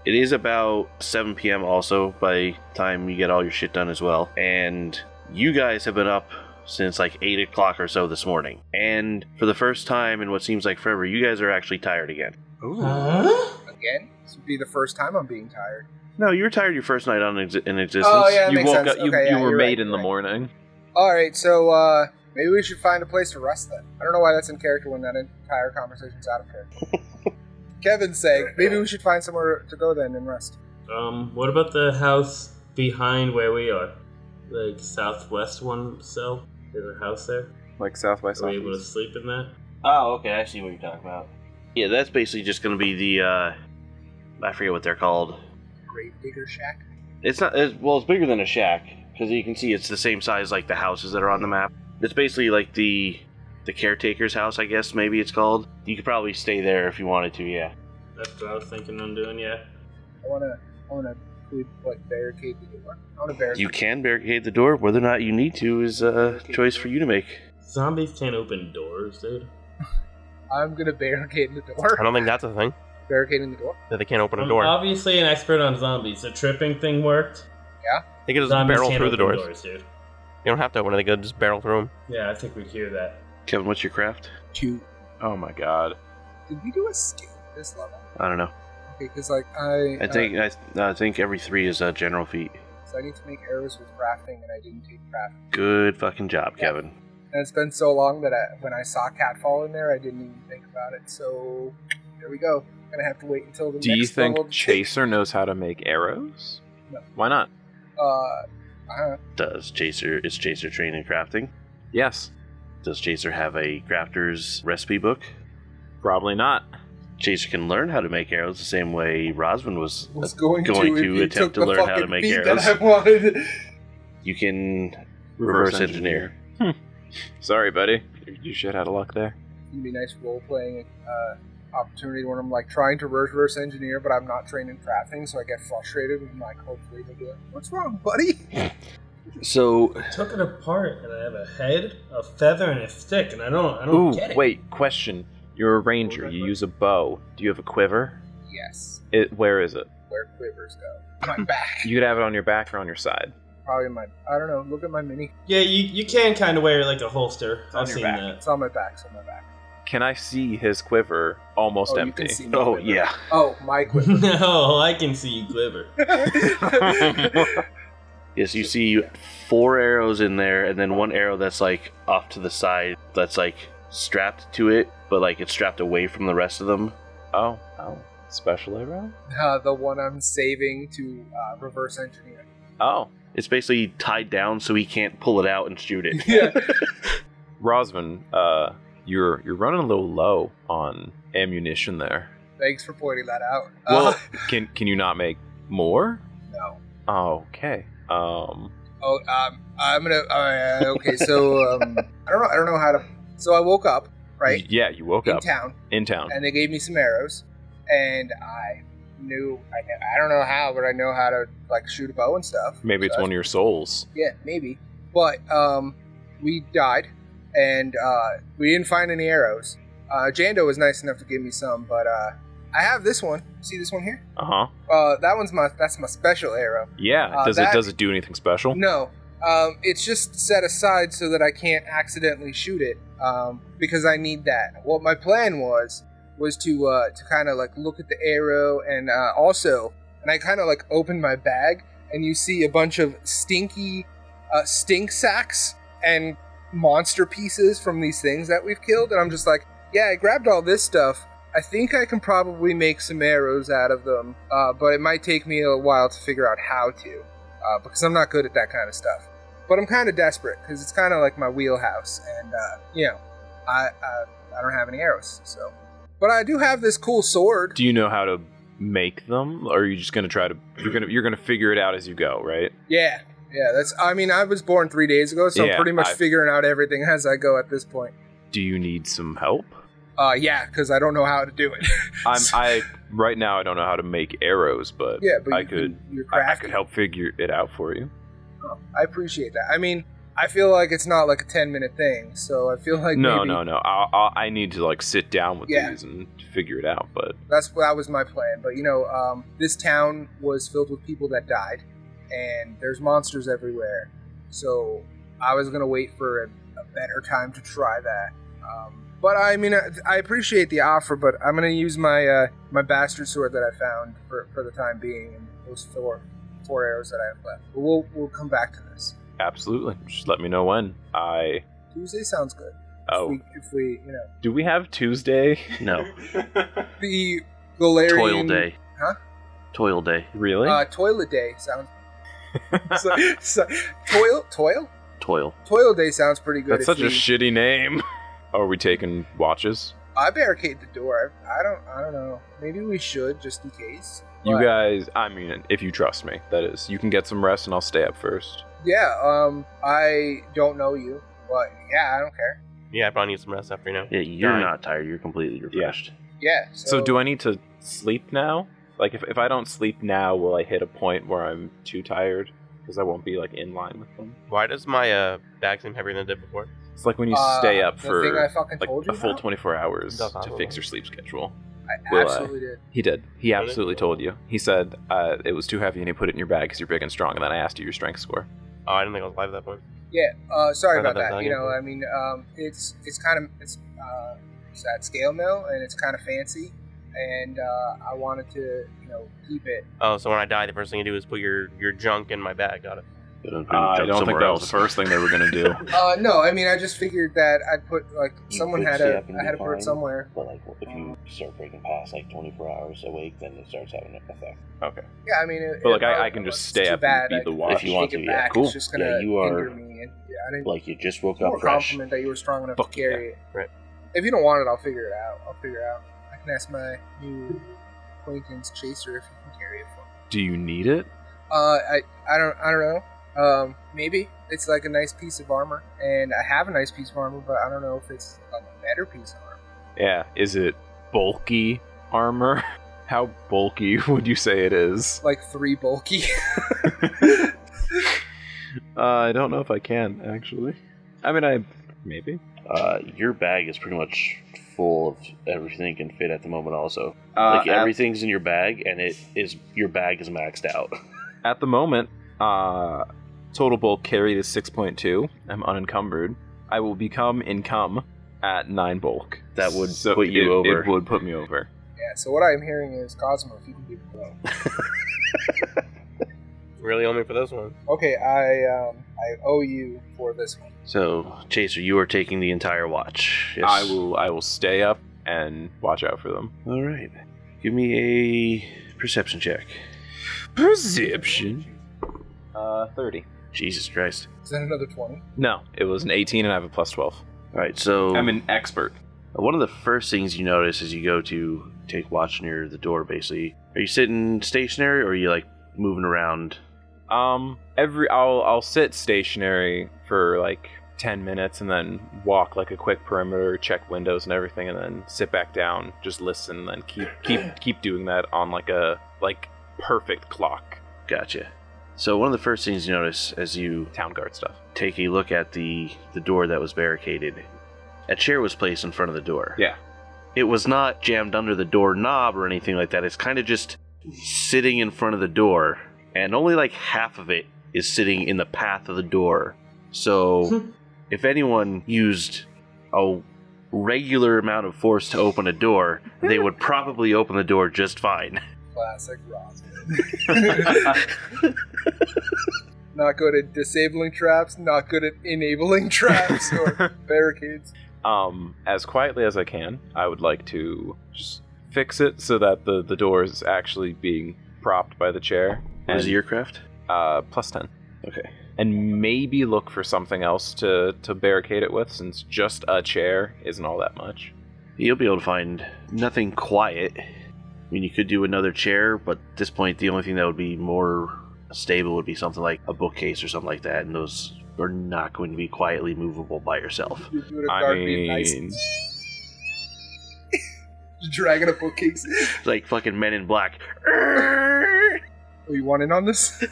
A: It is about 7 p.m. also by the time you get all your shit done as well. And you guys have been up since like 8 o'clock or so this morning. And for the first time in what seems like forever, you guys are actually tired again.
D: Huh?
C: Again, this would be the first time I'm being tired.
A: No, you were tired your first night on ex- in existence.
C: Oh, yeah. that
B: you
C: makes
B: woke
C: sense.
B: up. You,
C: Okay,
B: you
C: yeah,
B: were
C: you're
B: made
C: right,
B: in the
C: you're right.
B: morning.
C: All right, so uh, maybe we should find a place to rest then. I don't know why that's in character when that entire conversation's out of character. Kevin's sake, maybe we should find somewhere to go then and rest.
D: Um. What about the house behind where we are? Like southwest one cell. There's a house there.
B: Like South by
D: Are we able to sleep in that?
A: Oh, okay. I see what you're talking about. Yeah, that's basically just going to be the. uh I forget what they're called.
C: Gravedigger shack.
A: It's not. It's, well, it's bigger than a shack because you can see it's the same size like the houses that are on the map. It's basically like the the caretaker's house, I guess. Maybe it's called. You could probably stay there if you wanted to. Yeah.
D: That's what I was thinking on doing. Yeah.
C: I wanna, I wanna, we, like barricade the door. I wanna barricade.
A: You can barricade the door. Whether or not you need to is a choice for you to make.
D: Zombies can't open doors, dude.
C: I'm gonna barricade the
E: I
C: door.
E: don't think that's a thing
C: Barricading the door.
E: that they can't open a
D: I'm
E: door.
D: obviously an expert on zombies. The tripping thing worked.
E: They could just
D: Zombies
E: barrel
D: can't
E: through the
D: open
E: doors.
D: dude.
E: You don't have to open it. They could just barrel through them.
D: Yeah, I think we hear that.
A: Kevin, what's your craft?
C: Two.
B: Oh my God.
C: Did we do a skill at this level?
A: I don't know.
C: Okay, because like I,
A: I think I, I think every three is a general feat.
C: uh, so I need to make arrows with crafting, and I didn't take crafting.
A: Good fucking job,
C: Yeah.
A: Kevin.
C: And it's been so long that I, when I saw catfall in there, I didn't even think about it. So there we go. Gonna have to wait until the
B: Do
C: next
B: you think
C: level to-
B: Chaser knows how to make arrows?
C: No.
B: Why not?
C: Uh, uh,
A: Does Chaser is Chaser trained in crafting?
B: Yes.
A: Does Chaser have a crafter's recipe book?
B: Probably not.
A: Chaser can learn how to make arrows the same way Rosman was.
C: was going,
A: Going
C: to,
A: to
C: if you
A: attempt
C: took
A: to
C: the
A: learn how to
C: fucking
A: make
C: feat
A: arrows.
C: That I wanted.
A: You can reverse, engineer.
B: Sorry, buddy. You- You shit out of luck there.
C: It'd be a nice role playing uh, opportunity when I'm like trying to reverse engineer, but I'm not trained in crafting, so I get frustrated and like hopefully they'll be like, "What's wrong, buddy?"
A: So
D: I took it apart, and I have a head, a feather, and a stick, and I don't. I don't
B: Ooh,
D: get it.
B: wait. Question. You're a ranger. You use a bow. Do you have a quiver?
C: Yes,
B: It, where is it?
C: where quivers go. My back,
B: You could have it on your back or on your side.
C: probably my. I don't know. Look at my mini.
D: Yeah, you, you can kind of wear like a holster.
B: on
D: I've
B: your
D: seen
B: back.
D: that.
C: It's on my back. It's on my back.
B: Can I see his quiver almost
C: oh,
B: empty?
C: you can see. My
A: Oh
C: quiver.
A: yeah.
C: Oh, my quiver.
D: no, I can see you quiver.
A: Yes, you see four arrows in there and then one arrow that's like off to the side that's like strapped to it, but like it's strapped away from the rest of them.
B: Oh, oh, special arrow.
C: uh, the one I'm saving to uh, reverse engineer.
B: Oh,
A: It's basically tied down so he can't pull it out and shoot it.
C: Yeah.
B: Rosvin, uh, you're you're running a little low on ammunition there.
C: Thanks for pointing that out.
B: Well,
C: uh,
B: can can you not make more?
C: no.
B: Okay. Um.
C: Oh, um, I'm gonna. Uh, okay, so um, I don't know. I don't know how to. So I woke up right
B: Yeah, you woke
C: in
B: up
C: town,
B: in town.
C: and they gave me some arrows, and I knew. I, I don't know how, but I know how to like shoot a bow and stuff.
B: Maybe it's
C: So
B: one of your souls.
C: I- Yeah, maybe. But um, we died, and uh, we didn't find any arrows. Uh, Jando was nice enough to give me some, but uh, I have this one. See this one here?
B: Uh huh.
C: Uh, that one's my. That's my special arrow.
B: Yeah.
C: Uh,
B: Does
C: that-
B: it does it do anything special?
C: No, um, it's just set aside so that I can't accidentally shoot it um, because I need that. What my plan was was to uh, to kind of like look at the arrow and uh, also, and I kind of like open my bag and you see a bunch of stinky uh, stink sacks and monster pieces from these things that we've killed, and I'm just like, yeah, I grabbed all this stuff. I think I can probably make some arrows out of them, uh, but it might take me a while to figure out how to, uh, because I'm not good at that kind of stuff. But I'm kind of desperate because it's kind of like my wheelhouse, and uh, you know, I, I I don't have any arrows, so. But I do have this cool sword.
B: Do you know how to make them, or are you just gonna try to? You're gonna you're gonna figure it out as you go, right?
C: Yeah, yeah. That's. I mean, I was born three days ago, so
B: Yeah,
C: I'm pretty much
B: I-
C: figuring out everything as I go at this point.
B: Do you need some help?
C: Uh, yeah, because I don't know how to do it.
B: I'm I right now I don't know how to make arrows, but
C: yeah, but
B: I
C: you
B: could
C: Can, you're
B: I, I
C: crafty.
B: could help figure it out for you.
C: I appreciate that. I mean, I feel like it's not like a ten minute thing, so I feel like
B: no,
C: maybe
B: no, no. I, I I need to like sit down with
C: Yeah.
B: these and figure it out. But
C: that's that was my plan. But you know, um, this town was filled with people that died, and there's monsters everywhere. So I was gonna wait for a, a better time to try that. Um, but I mean, I, I appreciate the offer, but I'm gonna use my uh, my bastard sword that I found for, for the time being, and those four four arrows that I have left. But we'll we'll come back to this.
B: absolutely, just let me know when I.
C: Tuesday sounds good.
B: Oh,
C: If we, if we you know
B: do we have Tuesday?
A: No,
C: the Galarian
A: toil day.
C: Huh?
A: Toil day.
B: really?
C: Uh, toilet day sounds. so, so, toil toil
A: Toil.
C: Toil Day sounds pretty good.
B: That's
C: if
B: such a
C: we-
B: shitty name. Are we taking watches?
C: I barricade the door. I, I don't. I don't know. Maybe we should just in case.
B: You
C: But,
B: guys, I mean, if you trust me, that is. You can get some rest, and I'll stay up first.
C: Yeah. Um. I don't know you, but yeah, I don't care.
E: Yeah, I probably need some rest after now.
A: Yeah, you're
E: Darn.
A: not tired. You're completely refreshed.
C: Yeah. So,
B: So, do I need to sleep now? Like, if, if I don't sleep now, will I hit a point where I'm too tired? Because I won't be like in line with them.
E: Why does my uh, bag seem heavier than it did before?
B: It's like when you
C: uh,
B: stay up
C: the thing
B: for
C: I fucking
B: like
C: told you
B: a full
C: about?
B: 24 hours
E: Does not
B: to
E: remember.
B: fix your sleep schedule.
C: I
B: will I?
C: absolutely did.
B: He did. He
E: Really?
B: absolutely told you. He said uh, it was too heavy, and he put it in your bag because you're big and strong. And then I asked you your strength score.
E: Oh, I didn't think I was alive at that point.
C: Yeah. Uh, sorry
E: I thought
C: about
E: that was
C: that.
E: not
C: You
E: good.
C: know, I mean, um, it's it's kind of it's uh, it's at scale mill and it's kind of fancy, and uh, I wanted to you know keep it.
E: Oh, so when I die, the first thing you do is put your, your junk in my bag. Got it.
A: You're gonna
B: Uh, I
A: jump
B: don't think
A: somewhere
B: that was the first thing they were gonna do.
C: Uh, no, I mean, I just figured that I'd put like
A: You
C: someone
A: could
C: had
A: stay
C: a
A: up and
C: I
A: be
C: had to put
A: fine.
C: it somewhere.
A: But like, if you start breaking past like 24 hours awake, then it starts having an effect.
B: Okay.
C: Yeah, I mean, it,
B: But like
C: it-
B: I, I can
C: it's
B: just stay
C: too
B: up
C: bad
B: and
C: I
B: be the
C: can
B: watch.
A: If you want
C: take
A: to,
C: it
A: yeah,
C: back.
A: cool.
C: It's just gonna
A: Yeah, you are-
C: hinder me. And, yeah, I didn't.
A: Like you just woke
C: it's more
A: up
C: a
A: fresh.
C: compliment that you were strong enough
B: Fuck
C: to carry it.
E: Right.
C: If you don't want it, I'll figure it out. I'll figure it out. I can ask my new acquaintance Chaser if he can carry it for me.
B: Do you need it?
C: Uh, I I don't I don't know. Um, maybe it's like a nice piece of armor, and I have a nice piece of armor, but I don't know if it's like a better piece of armor.
B: Yeah. Is it bulky armor? How bulky would you say it is?
C: Like three bulky.
B: Uh, I don't know if I can actually. I mean, I maybe.
A: Uh, your bag is pretty much full of everything can fit at the moment. Also,
B: Uh,
A: like everything's in your bag, and it is your bag is maxed out.
B: at, at the moment, uh, total bulk carried is six point two. I'm unencumbered. I will become income at nine bulk.
A: That would put you
B: it-
A: over.
B: It would put me over.
C: yeah. So what I'm hearing is Cosmo, if you can do it. well.
E: Really only for this one.
C: Okay, I um I owe you for this one.
A: So, Chaser, you are taking the entire watch. Yes.
B: I will. I will stay up and watch out for them.
A: All right. Give me a perception check.
B: Perception. Uh, thirty.
A: Jesus Christ.
C: Is that another 20?
B: No, it was an 18 and I have a plus 12.
A: All right. So,
B: I'm an expert.
A: One of the first things you notice as you go to take watch near the door, basically, are you sitting stationary or are you like moving around?
B: Um every I'll I'll sit stationary for like 10 minutes and then walk like a quick perimeter, check windows and everything and then sit back down, just listen and then keep keep keep doing that on like a like perfect clock
A: Gotcha. So one of the first things you notice as you
B: town guard stuff.
A: take a look at the the door that was barricaded, a chair was placed in front of the door.
B: Yeah.
A: It was not jammed under the door knob or anything like that. It's kind of just sitting in front of the door, and only like half of it is sitting in the path of the door. So, if anyone used a regular amount of force to open a door, they would probably open the door just fine.
C: Classic Ross. not good at disabling traps, not good at enabling traps or barricades.
B: Um as quietly as I can, I would like to just fix it so that the, the door is actually being propped by the chair.
A: What is
B: And,
A: the aircraft?
B: Uh, plus 10.
A: Okay.
B: And maybe look for something else to, to barricade it with since just a chair isn't all that much.
A: You'll be able to find nothing quiet. I mean, you could do another chair, but at this point, the only thing that would be more stable would be something like a bookcase or something like that, and those are not going to be quietly movable by yourself.
C: You would have
B: I
C: guarded me nice.
B: mean,
C: Dragging a bookcase.
A: It's like fucking Men in Black.
C: Oh, you want in on this?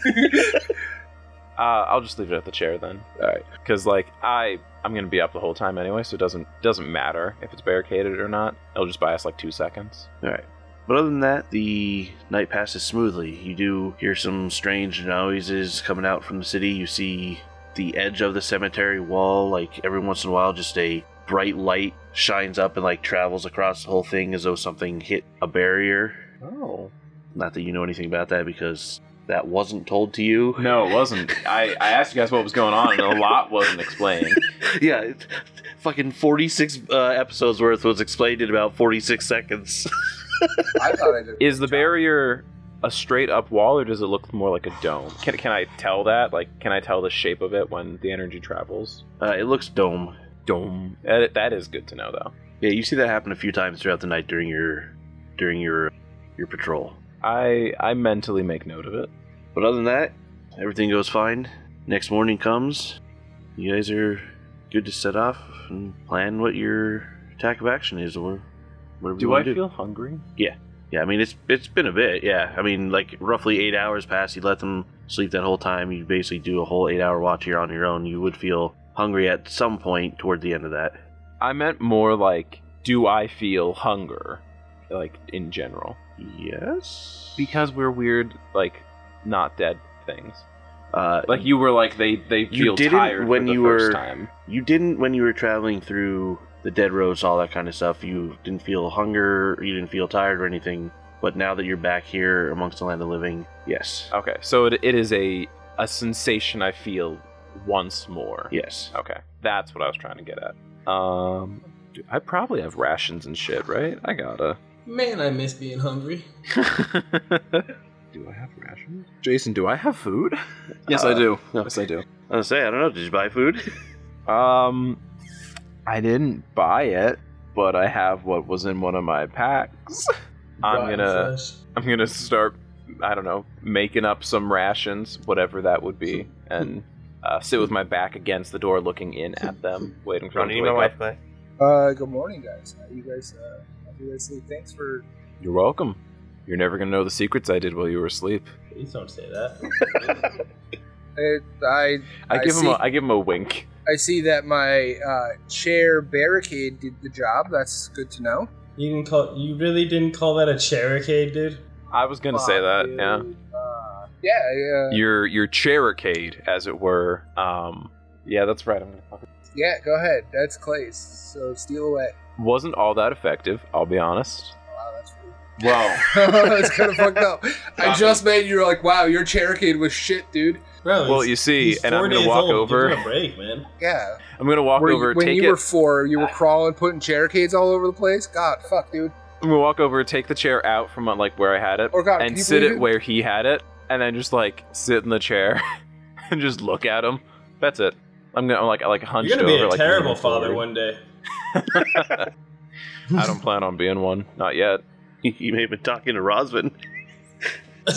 B: uh, I'll just leave it at the chair then. All right. Because like I I'm gonna be up the whole time anyway, so it doesn't doesn't matter if it's barricaded or not. It'll just buy us like two seconds.
A: But other than that, the night passes smoothly. You do hear some strange noises coming out from the city. You see the edge of the cemetery wall, like every once in a while, just a bright light shines up and like travels across the whole thing as though something hit a barrier.
B: Oh.
A: Not that you know anything about that because that wasn't told to you.
B: No, it wasn't. I, I asked you guys what was going on, and a lot wasn't explained.
A: yeah, it, fucking 46 uh, episodes worth was explained in about 46 seconds.
C: I thought I did.
B: Is the barrier a straight up wall, or does it look more like a dome? Can, can I tell that? Like, can I tell the shape of it when the energy travels?
A: uh, it looks dome.
B: Dome. That, that is good to know, though.
A: Yeah, you see that happen a few times throughout the night during your during your your patrol.
B: I I mentally make note of it.
A: But other than that, everything goes fine. Next morning comes, you guys are good to set off and plan what your attack of action is or whatever you
B: Do
A: want
B: I
A: to do.
B: feel hungry?
A: Yeah, I mean it's it's been a bit. Yeah, I mean like roughly eight hours past. You let them sleep that whole time. You basically do a whole eight hour watch here on your own. You would feel hungry at some point toward the end of that.
B: I meant more like, do I feel hunger? Like, in general.
A: Yes.
B: Because we're weird, like, not dead things.
A: uh,
B: Like, you were like, they, they
A: You
B: feel
A: didn't
B: tired
A: when
B: for the
A: you
B: first
A: were-
B: time.
A: you didn't when you were traveling through the dead roads, all that kind of stuff. You didn't feel hunger. You didn't feel tired or anything. But now that you're back here amongst the land of living, yes,
B: Okay, so it, it is a a sensation I feel once more.
A: yes.
B: Okay, that's what I was trying to get at. Um, dude, I probably have rations and shit, right? I gotta.
D: Man, I miss being hungry.
B: do I have rations? Jason, do I have food? yes, I do. Yes, I do.
A: I was gonna say, I don't know. Did you buy food?
B: Um, I didn't buy it, but I have what was in one of my packs. I'm
D: Rotten
B: gonna,
D: flesh.
B: I'm gonna start. I don't know, making up some rations, whatever that would be, and uh, sit with my back against the door, looking in at them, waiting for
E: Don't
B: them to
E: need my
B: wake
E: wife
B: up.
E: back.
C: Uh, good morning, guys. How you guys? Uh, how you guys sleep? Thanks for.
B: You're welcome. You're never gonna know the secrets I did while you were asleep.
D: Please don't say that.
C: It, I
B: I,
C: I
B: give him.
C: see.
B: A, I give him a wink.
C: I see that my uh, chair barricade did the job. That's good to know.
D: You can call. You really didn't call that a Cherokee, dude.
B: I was gonna say that. Yeah.
C: yeah. Uh, yeah. Uh,
B: Your your Cherokee, as it were. Um. Yeah, that's right. I'm gonna. fuck it.
C: yeah. Go ahead. That's Clay's. So steal away.
B: Wasn't all that effective. I'll be honest.
C: Wow, that's rude.
B: Well,
C: that's kind of fucked up. I
B: Tommy.
C: just made you like, wow, your Cherokee was shit, dude.
D: Bro,
B: well,
D: he's-
B: you see,
D: he's
B: and I'm
D: four
B: gonna
D: days
B: walk
D: old. Give him
B: over.
D: a break, man.
C: Yeah.
B: I'm gonna walk
C: Were you-
B: over.
C: when
B: take
C: you
B: it. Ah.
C: were four, you were crawling, putting Cherokees all over the place. God, fuck, dude.
B: I'm gonna walk over, take the chair out from uh, like where I had it,
C: Oh, God, can
B: and
C: you
B: sit
C: believe
B: it
C: it?
B: where he had it, and then just like sit in the chair and just look at him. That's it. I'm gonna like like hunched
D: You're gonna be
B: over,
D: a
B: like,
D: terrible
B: leaning
D: father
B: forward.
D: one day.
B: I don't plan on being one, not yet.
A: you may have been talking to Rosvin.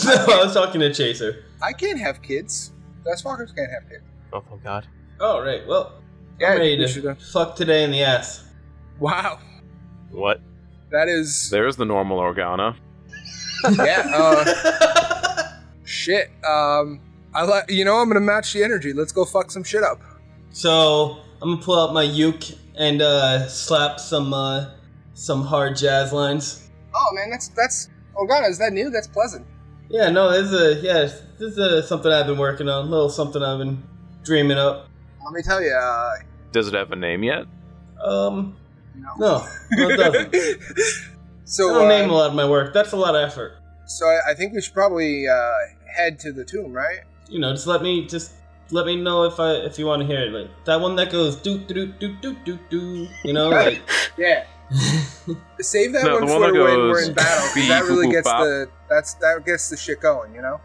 D: no, I was talking to Chaser.
C: I can't have kids. Dustwalkers can't have kids.
E: Oh, thank God.
D: Oh right, well,
C: Yeah,
D: I'm ready
C: we
D: to
C: should, uh,
D: fuck today in the ass.
C: Wow,
E: What?
C: that is
B: There's the normal Organa.
C: yeah. Uh, shit. Um, I like you know I'm gonna match the energy. Let's go fuck some shit up.
D: so I'm gonna pull out my uke and uh, slap some uh, some hard jazz lines.
C: Oh man, that's that's. Oh god, is that new? That's pleasant.
D: Yeah, no, this is a yeah, this is uh something I've been working on, a little something I've been dreaming up.
C: Let me tell you. Uh,
B: Does it have a name yet?
D: Um,
C: no.
D: no, no it doesn't. I
C: so
D: don't name a
C: uh,
D: lot of my work. That's a lot of effort.
C: so I, I think we should probably uh, head to the tomb, right?
D: You know, just let me just let me know if I if you want to hear it. Like that one that goes do do do do do do. You know, like
C: Yeah. Save that
B: No,
C: one
B: the
C: for
B: one that
C: when we're
B: goes
C: in battle because that
B: beep,
C: really
B: boop,
C: gets
B: bop.
C: the that's that gets the shit going. You know.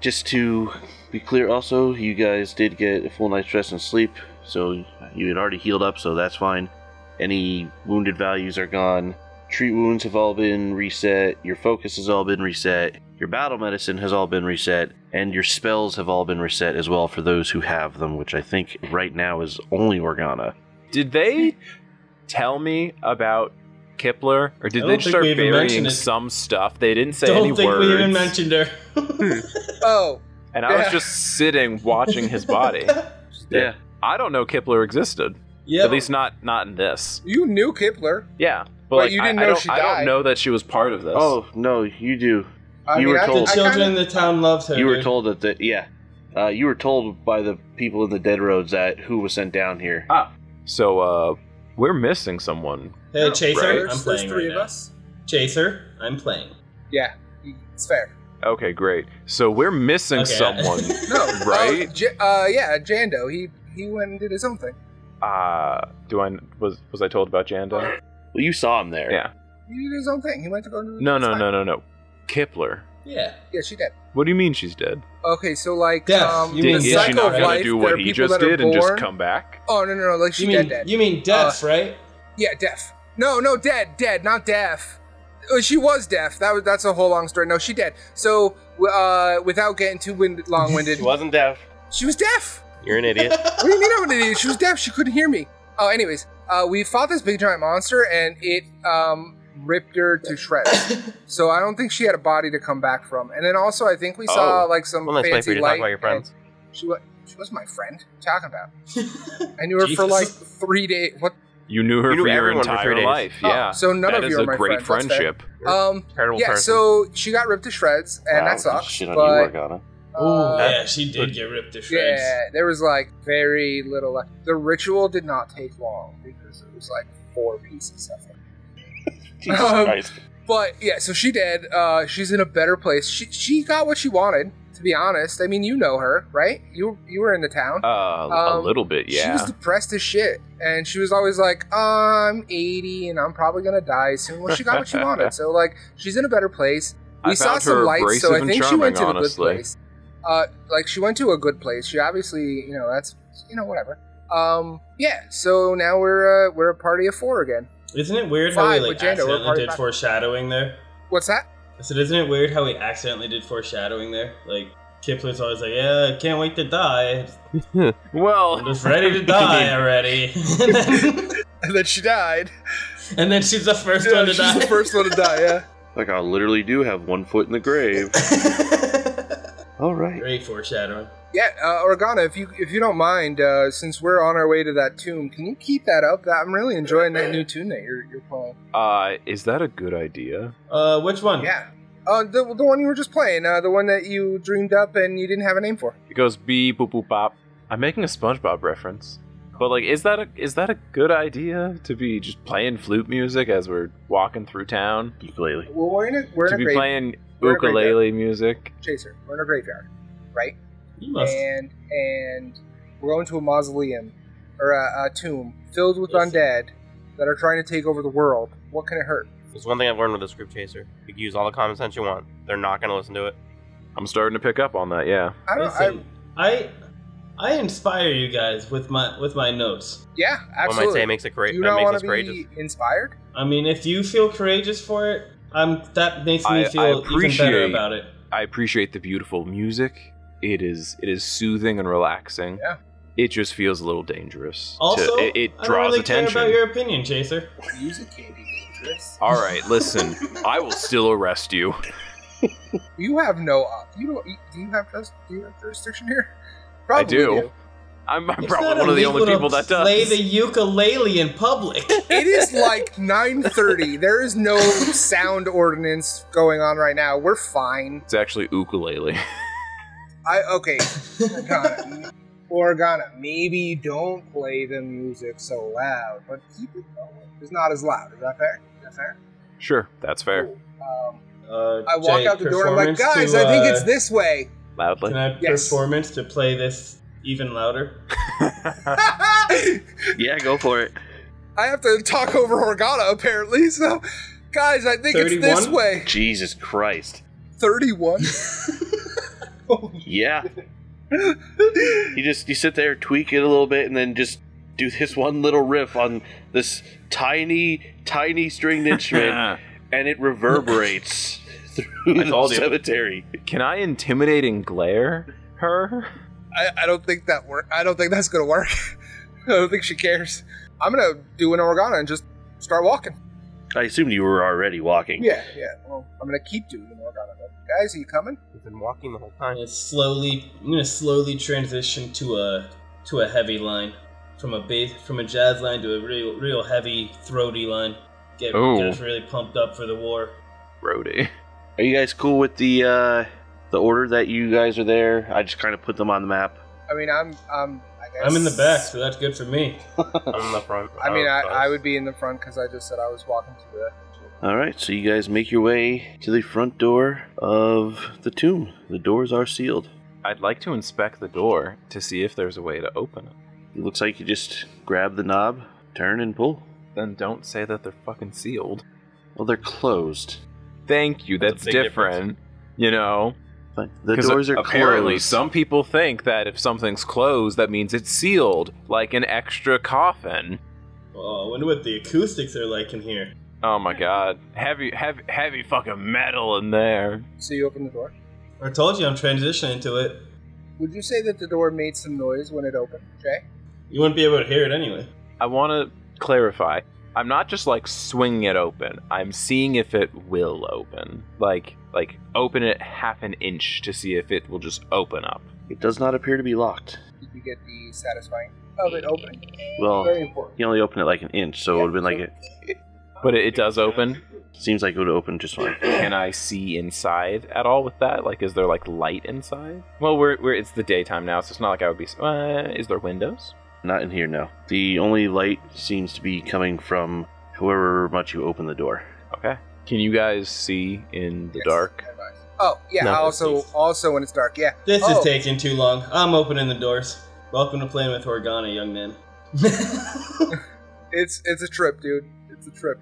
A: Just to be clear, also, you guys did get a full night's rest and sleep, so you had already healed up, so that's fine. Any wounded values are gone. Treat wounds have all been reset. Your focus has all been reset. Your battle medicine has all been reset. And your spells have all been reset as well for those who have them, which I think right now is only Organa.
B: Did they tell me about Kipler, or
D: I
B: did
D: don't
B: they
D: think
B: start
D: we even mentioned
B: burying
D: it.
B: some stuff? They didn't say any
D: Don't think
B: words,
D: we even mentioned her.
C: Oh,
B: and I was
C: Yeah.
B: just sitting watching his body.
A: Yeah.
B: I don't know Kipler existed.
D: yeah.
B: At least not not in this.
C: you knew Kipler.
B: Yeah, but,
C: But
B: like,
C: you
B: I-
C: didn't
B: I,
C: know
B: don't,
C: she
B: I
C: died.
B: don't know that she was part of this.
A: Oh, no, you do.
C: I
A: You
C: mean,
A: were
C: I,
A: told.
D: the
C: I
D: children
C: kinda-
D: in the town loved her.
A: You were
D: dude.
A: told that, the, yeah. Uh, you were told by the people in the Dead Roads that who was sent down here.
B: ah, so uh, we're missing someone.
D: Hey, Chaser,
B: Right.
D: I'm
C: There's, there's
D: playing
C: three
D: right
C: of
D: now.
C: us.
D: Chaser, I'm playing.
C: Yeah, it's fair.
B: Okay, great. So we're missing
D: Okay.
B: someone,
C: No,
B: right?
C: Uh, J- uh, yeah, Jando. He he went and did his own thing.
B: Uh, do I was was I told about Janda?
A: Well, you saw him there.
B: Yeah.
C: He did his own thing. He went to go. To
B: No,
C: it's
B: no,
C: fine.
B: no, no, no. Kipler.
D: yeah.
C: Yeah, she did.
B: What do you mean she's dead?
C: Okay, so like,
D: Death.
C: um,
D: You mean
C: in
B: is she
D: Psycho
B: not
C: Psycho
B: gonna
C: Life,
B: do
C: there are
B: what he
C: people
B: just
C: that are
B: did and just
C: born-
B: come back?
C: Oh no, no, no! Like she
D: You mean
C: dead, dead. Uh,
D: you mean death, right?
C: Yeah, deaf. No, no, dead, dead, not deaf. Uh, She was deaf. That was that's a whole long story. No, she dead. So, w- uh, without getting too wind- long-winded,
E: She wasn't deaf.
C: she was deaf.
E: You're an idiot.
C: What do you mean I'm an idiot? She was deaf. She couldn't hear me. Oh, anyways, uh, we fought this big giant monster, and it um ripped her to shreds. so I don't think she had a body to come back from. And then also, I think we saw
E: Oh.
C: like some
E: Well, that's nice
C: fancy
E: for you to
C: light.
E: talk about your friends.
C: and She was she was my friend. What are you Talking about, I knew her for
D: Jesus.
C: like three days. What?
B: You knew her
E: You knew
B: for your
E: everyone for three
B: entire
E: days.
B: life.
C: Oh,
B: yeah.
C: so none
B: That
C: of
B: is
C: you are
B: a
C: my
B: great
C: friend, that's fair.
B: friendship.
C: Um.
E: Terrible
C: yeah,
E: person.
C: so she got ripped to shreds, and
A: Wow,
C: that sucks.
A: Shit on
C: but,
A: you, Organa.
C: uh,
D: yeah, she did get ripped to shreds.
C: yeah, there was like very little. Left. The ritual did not take long because it was like four pieces of it.
A: Jesus
C: Um,
A: Christ.
C: But yeah, so she did. Uh, she's in a better place. She she got what she wanted. To be honest, I mean, you know her, right? You you were in the town.
B: Uh, a
C: Um,
B: little bit,
C: She
B: yeah.
C: was depressed as shit, and she was always like, "I'm 80, and I'm probably gonna die soon." Well, she got what she wanted, so like, she's in a better place. We
B: I
C: saw
B: found
C: some
B: her
C: lights,
B: abrasive
C: so I
B: and
C: think she
B: charming,
C: went to a good
B: honestly.
C: place. Uh, like she went to a good place. She obviously, you know, that's you know whatever. Um, yeah. So now we're uh, we're a party of four again.
D: Isn't it weird how we
C: Five
D: like
C: with Jando, we're
D: accidentally
C: part of
D: did
C: five.
D: foreshadowing there?
C: What's that?
D: I said, isn't it weird how we accidentally did foreshadowing there? Like Kipler's always like, yeah, can't wait to die. I'm
B: well,
D: just ready to die already. and, then,
C: And then she died.
D: and then she's the first
C: Yeah,
D: one to
C: she's
D: die.
C: the first one to die. Yeah.
A: Like I literally do have one foot in the grave. All right.
D: Great foreshadowing.
C: Yeah, uh, Organa, if you if you don't mind, uh, since we're on our way to that tomb, can you keep that up? That I'm really enjoying that new tune that you're you're playing.
B: uh, is that a good idea?
D: Uh, which one?
C: Yeah. Uh, the, the one you were just playing, uh, the one that you dreamed up and you didn't have a name for.
B: It goes beep boop boop bop. I'm making a SpongeBob reference. But like, is that a is that a good idea to be just playing flute music as we're walking through town?
A: Ukulele.
C: Well, we're in a we're in
B: to
C: a
B: be
C: grave
B: playing
C: we're in a graveyard.
B: ukulele music.
C: chaser. We're in a graveyard, right?
D: You must.
C: And and we're going to a mausoleum or a, a tomb filled with
D: Yes.
C: undead that are trying to take over the world. What can it hurt?
E: There's one thing I've learned with this group chaser. You can use all the common sense you want. They're not gonna listen to it.
B: I'm starting to pick up on that. Yeah.
C: I don't. I,
D: Listen, I, I inspire you guys with my with my notes.
C: yeah,
E: One might say
C: absolutely.
E: it makes it great.
C: Do you
E: That
C: not
E: makes
C: want
E: us
C: to be
E: courageous.
C: inspired?
D: I mean, if you feel courageous for it, I'm that makes
B: I-
D: me
B: I
D: feel even better
B: appreciate-
D: about it.
B: I appreciate the beautiful music. It is it is soothing and relaxing.
C: Yeah.
B: It just feels a little dangerous. to-
D: Also,
B: it, it
D: I don't
B: draws
D: really
B: attention.
D: care about your opinion, Chaser.
C: Music can be dangerous.
B: All right, listen. I will still arrest you.
C: You have no. op- You don't. you- Do you have juris- do you have jurisdiction here?
B: I
C: Probably
B: do. I'm, I'm
D: It's
B: probably
D: not
B: one of the
D: illegal
B: only
D: to
B: people that does.
D: Play the ukulele in public.
C: It is like 9:30. There is no sound ordinance going on right now. We're fine.
B: It's actually ukulele.
C: I okay. Organa, Organa, maybe don't play the music so loud, but keep it going. It's not as loud. Is that fair? Is that fair?
B: Sure, that's fair.
C: Um,
D: Uh,
C: I walk
D: Jay,
C: out the door and I'm like, guys,
D: performance to,
C: I think
D: uh,
C: it's this way.
B: Loudly.
D: Can I
C: Yes.
D: performance to play this even louder?
A: Yeah, go for it.
C: I have to talk over Organa apparently. So, guys, I think it's this
D: 31?
C: way.
A: Jesus Christ.
C: Thirty-one.
A: Yeah. You just you sit there, tweak it a little bit, and then just do this one little riff on this tiny, tiny stringed instrument, and it reverberates through the
B: I told you.
A: cemetery.
B: Can I intimidate and glare her?
C: I, I don't think that work. I don't think that's gonna work. I don't think she cares. I'm gonna do an Organa and just start walking.
A: I assumed you were already walking.
C: Yeah, yeah. Well, I'm gonna keep doing an Organa. Though. Guys, are you coming?
E: You've been walking the whole time.
D: I'm gonna slowly, I'm gonna slowly transition to a to a heavy line, from a bass, from a jazz line to a real, real heavy throaty line. Get,
B: Ooh.
D: get us really pumped up for the war.
B: Brody.
A: Are you guys cool with the uh, the order that you guys are there? I just kind of put them on the map.
C: I mean, I'm, I'm. I guess
D: I'm in the back, Uh, so that's good for me.
E: I'm in the front.
C: I mean, I,
E: was-
C: I would be in the front because I just said I was walking to the.
A: All right, so you guys make your way to the front door of the tomb. The doors are sealed.
B: I'd like to inspect the door to see if there's a way to open it.
A: It looks like you just grab the knob, turn, and pull.
B: Then don't say that they're fucking sealed.
A: Well, they're closed.
B: Thank you.
E: That's a
B: That's,
E: big difference.
B: different. You know,
A: Fine. The
B: 'Cause
A: doors are
B: apparently
A: closed.
B: some people think that if something's closed, that means it's sealed, like an extra coffin.
D: Oh, I wonder what the acoustics are like in here.
B: Oh my god, heavy, heavy, heavy fucking metal in there.
C: So you open the door.
D: I told you I'm transitioning to it.
C: Would you say that the door made some noise when it opened, Jay?
D: You wouldn't be able to hear it anyway.
B: I want to clarify. I'm not just like swinging it open. I'm seeing if it will open. Like, like open it half an inch to see if it will just open up.
A: It does not appear to be locked.
C: Did you get the satisfying of it opening?
A: Well,
C: Very important.
A: you only open it like an inch, so it would have been like it
B: But it, it does open.
A: seems like it would open just fine.
B: Can I see inside at all with that? Like, is there like light inside? Well, we're, we're it's the daytime now, so it's not like I would be. s- Uh, is there windows?
A: Not in here, no. The only light seems to be coming from however much you open the door.
B: Okay. Can you guys see in the
C: Yes.
B: dark?
C: Oh yeah.
B: No.
C: also, also when it's dark. Yeah.
D: This
C: Oh.
D: is taking too long. I'm opening the doors. Welcome to playing with Organa, young man.
C: It's it's a trip, dude. It's a trip.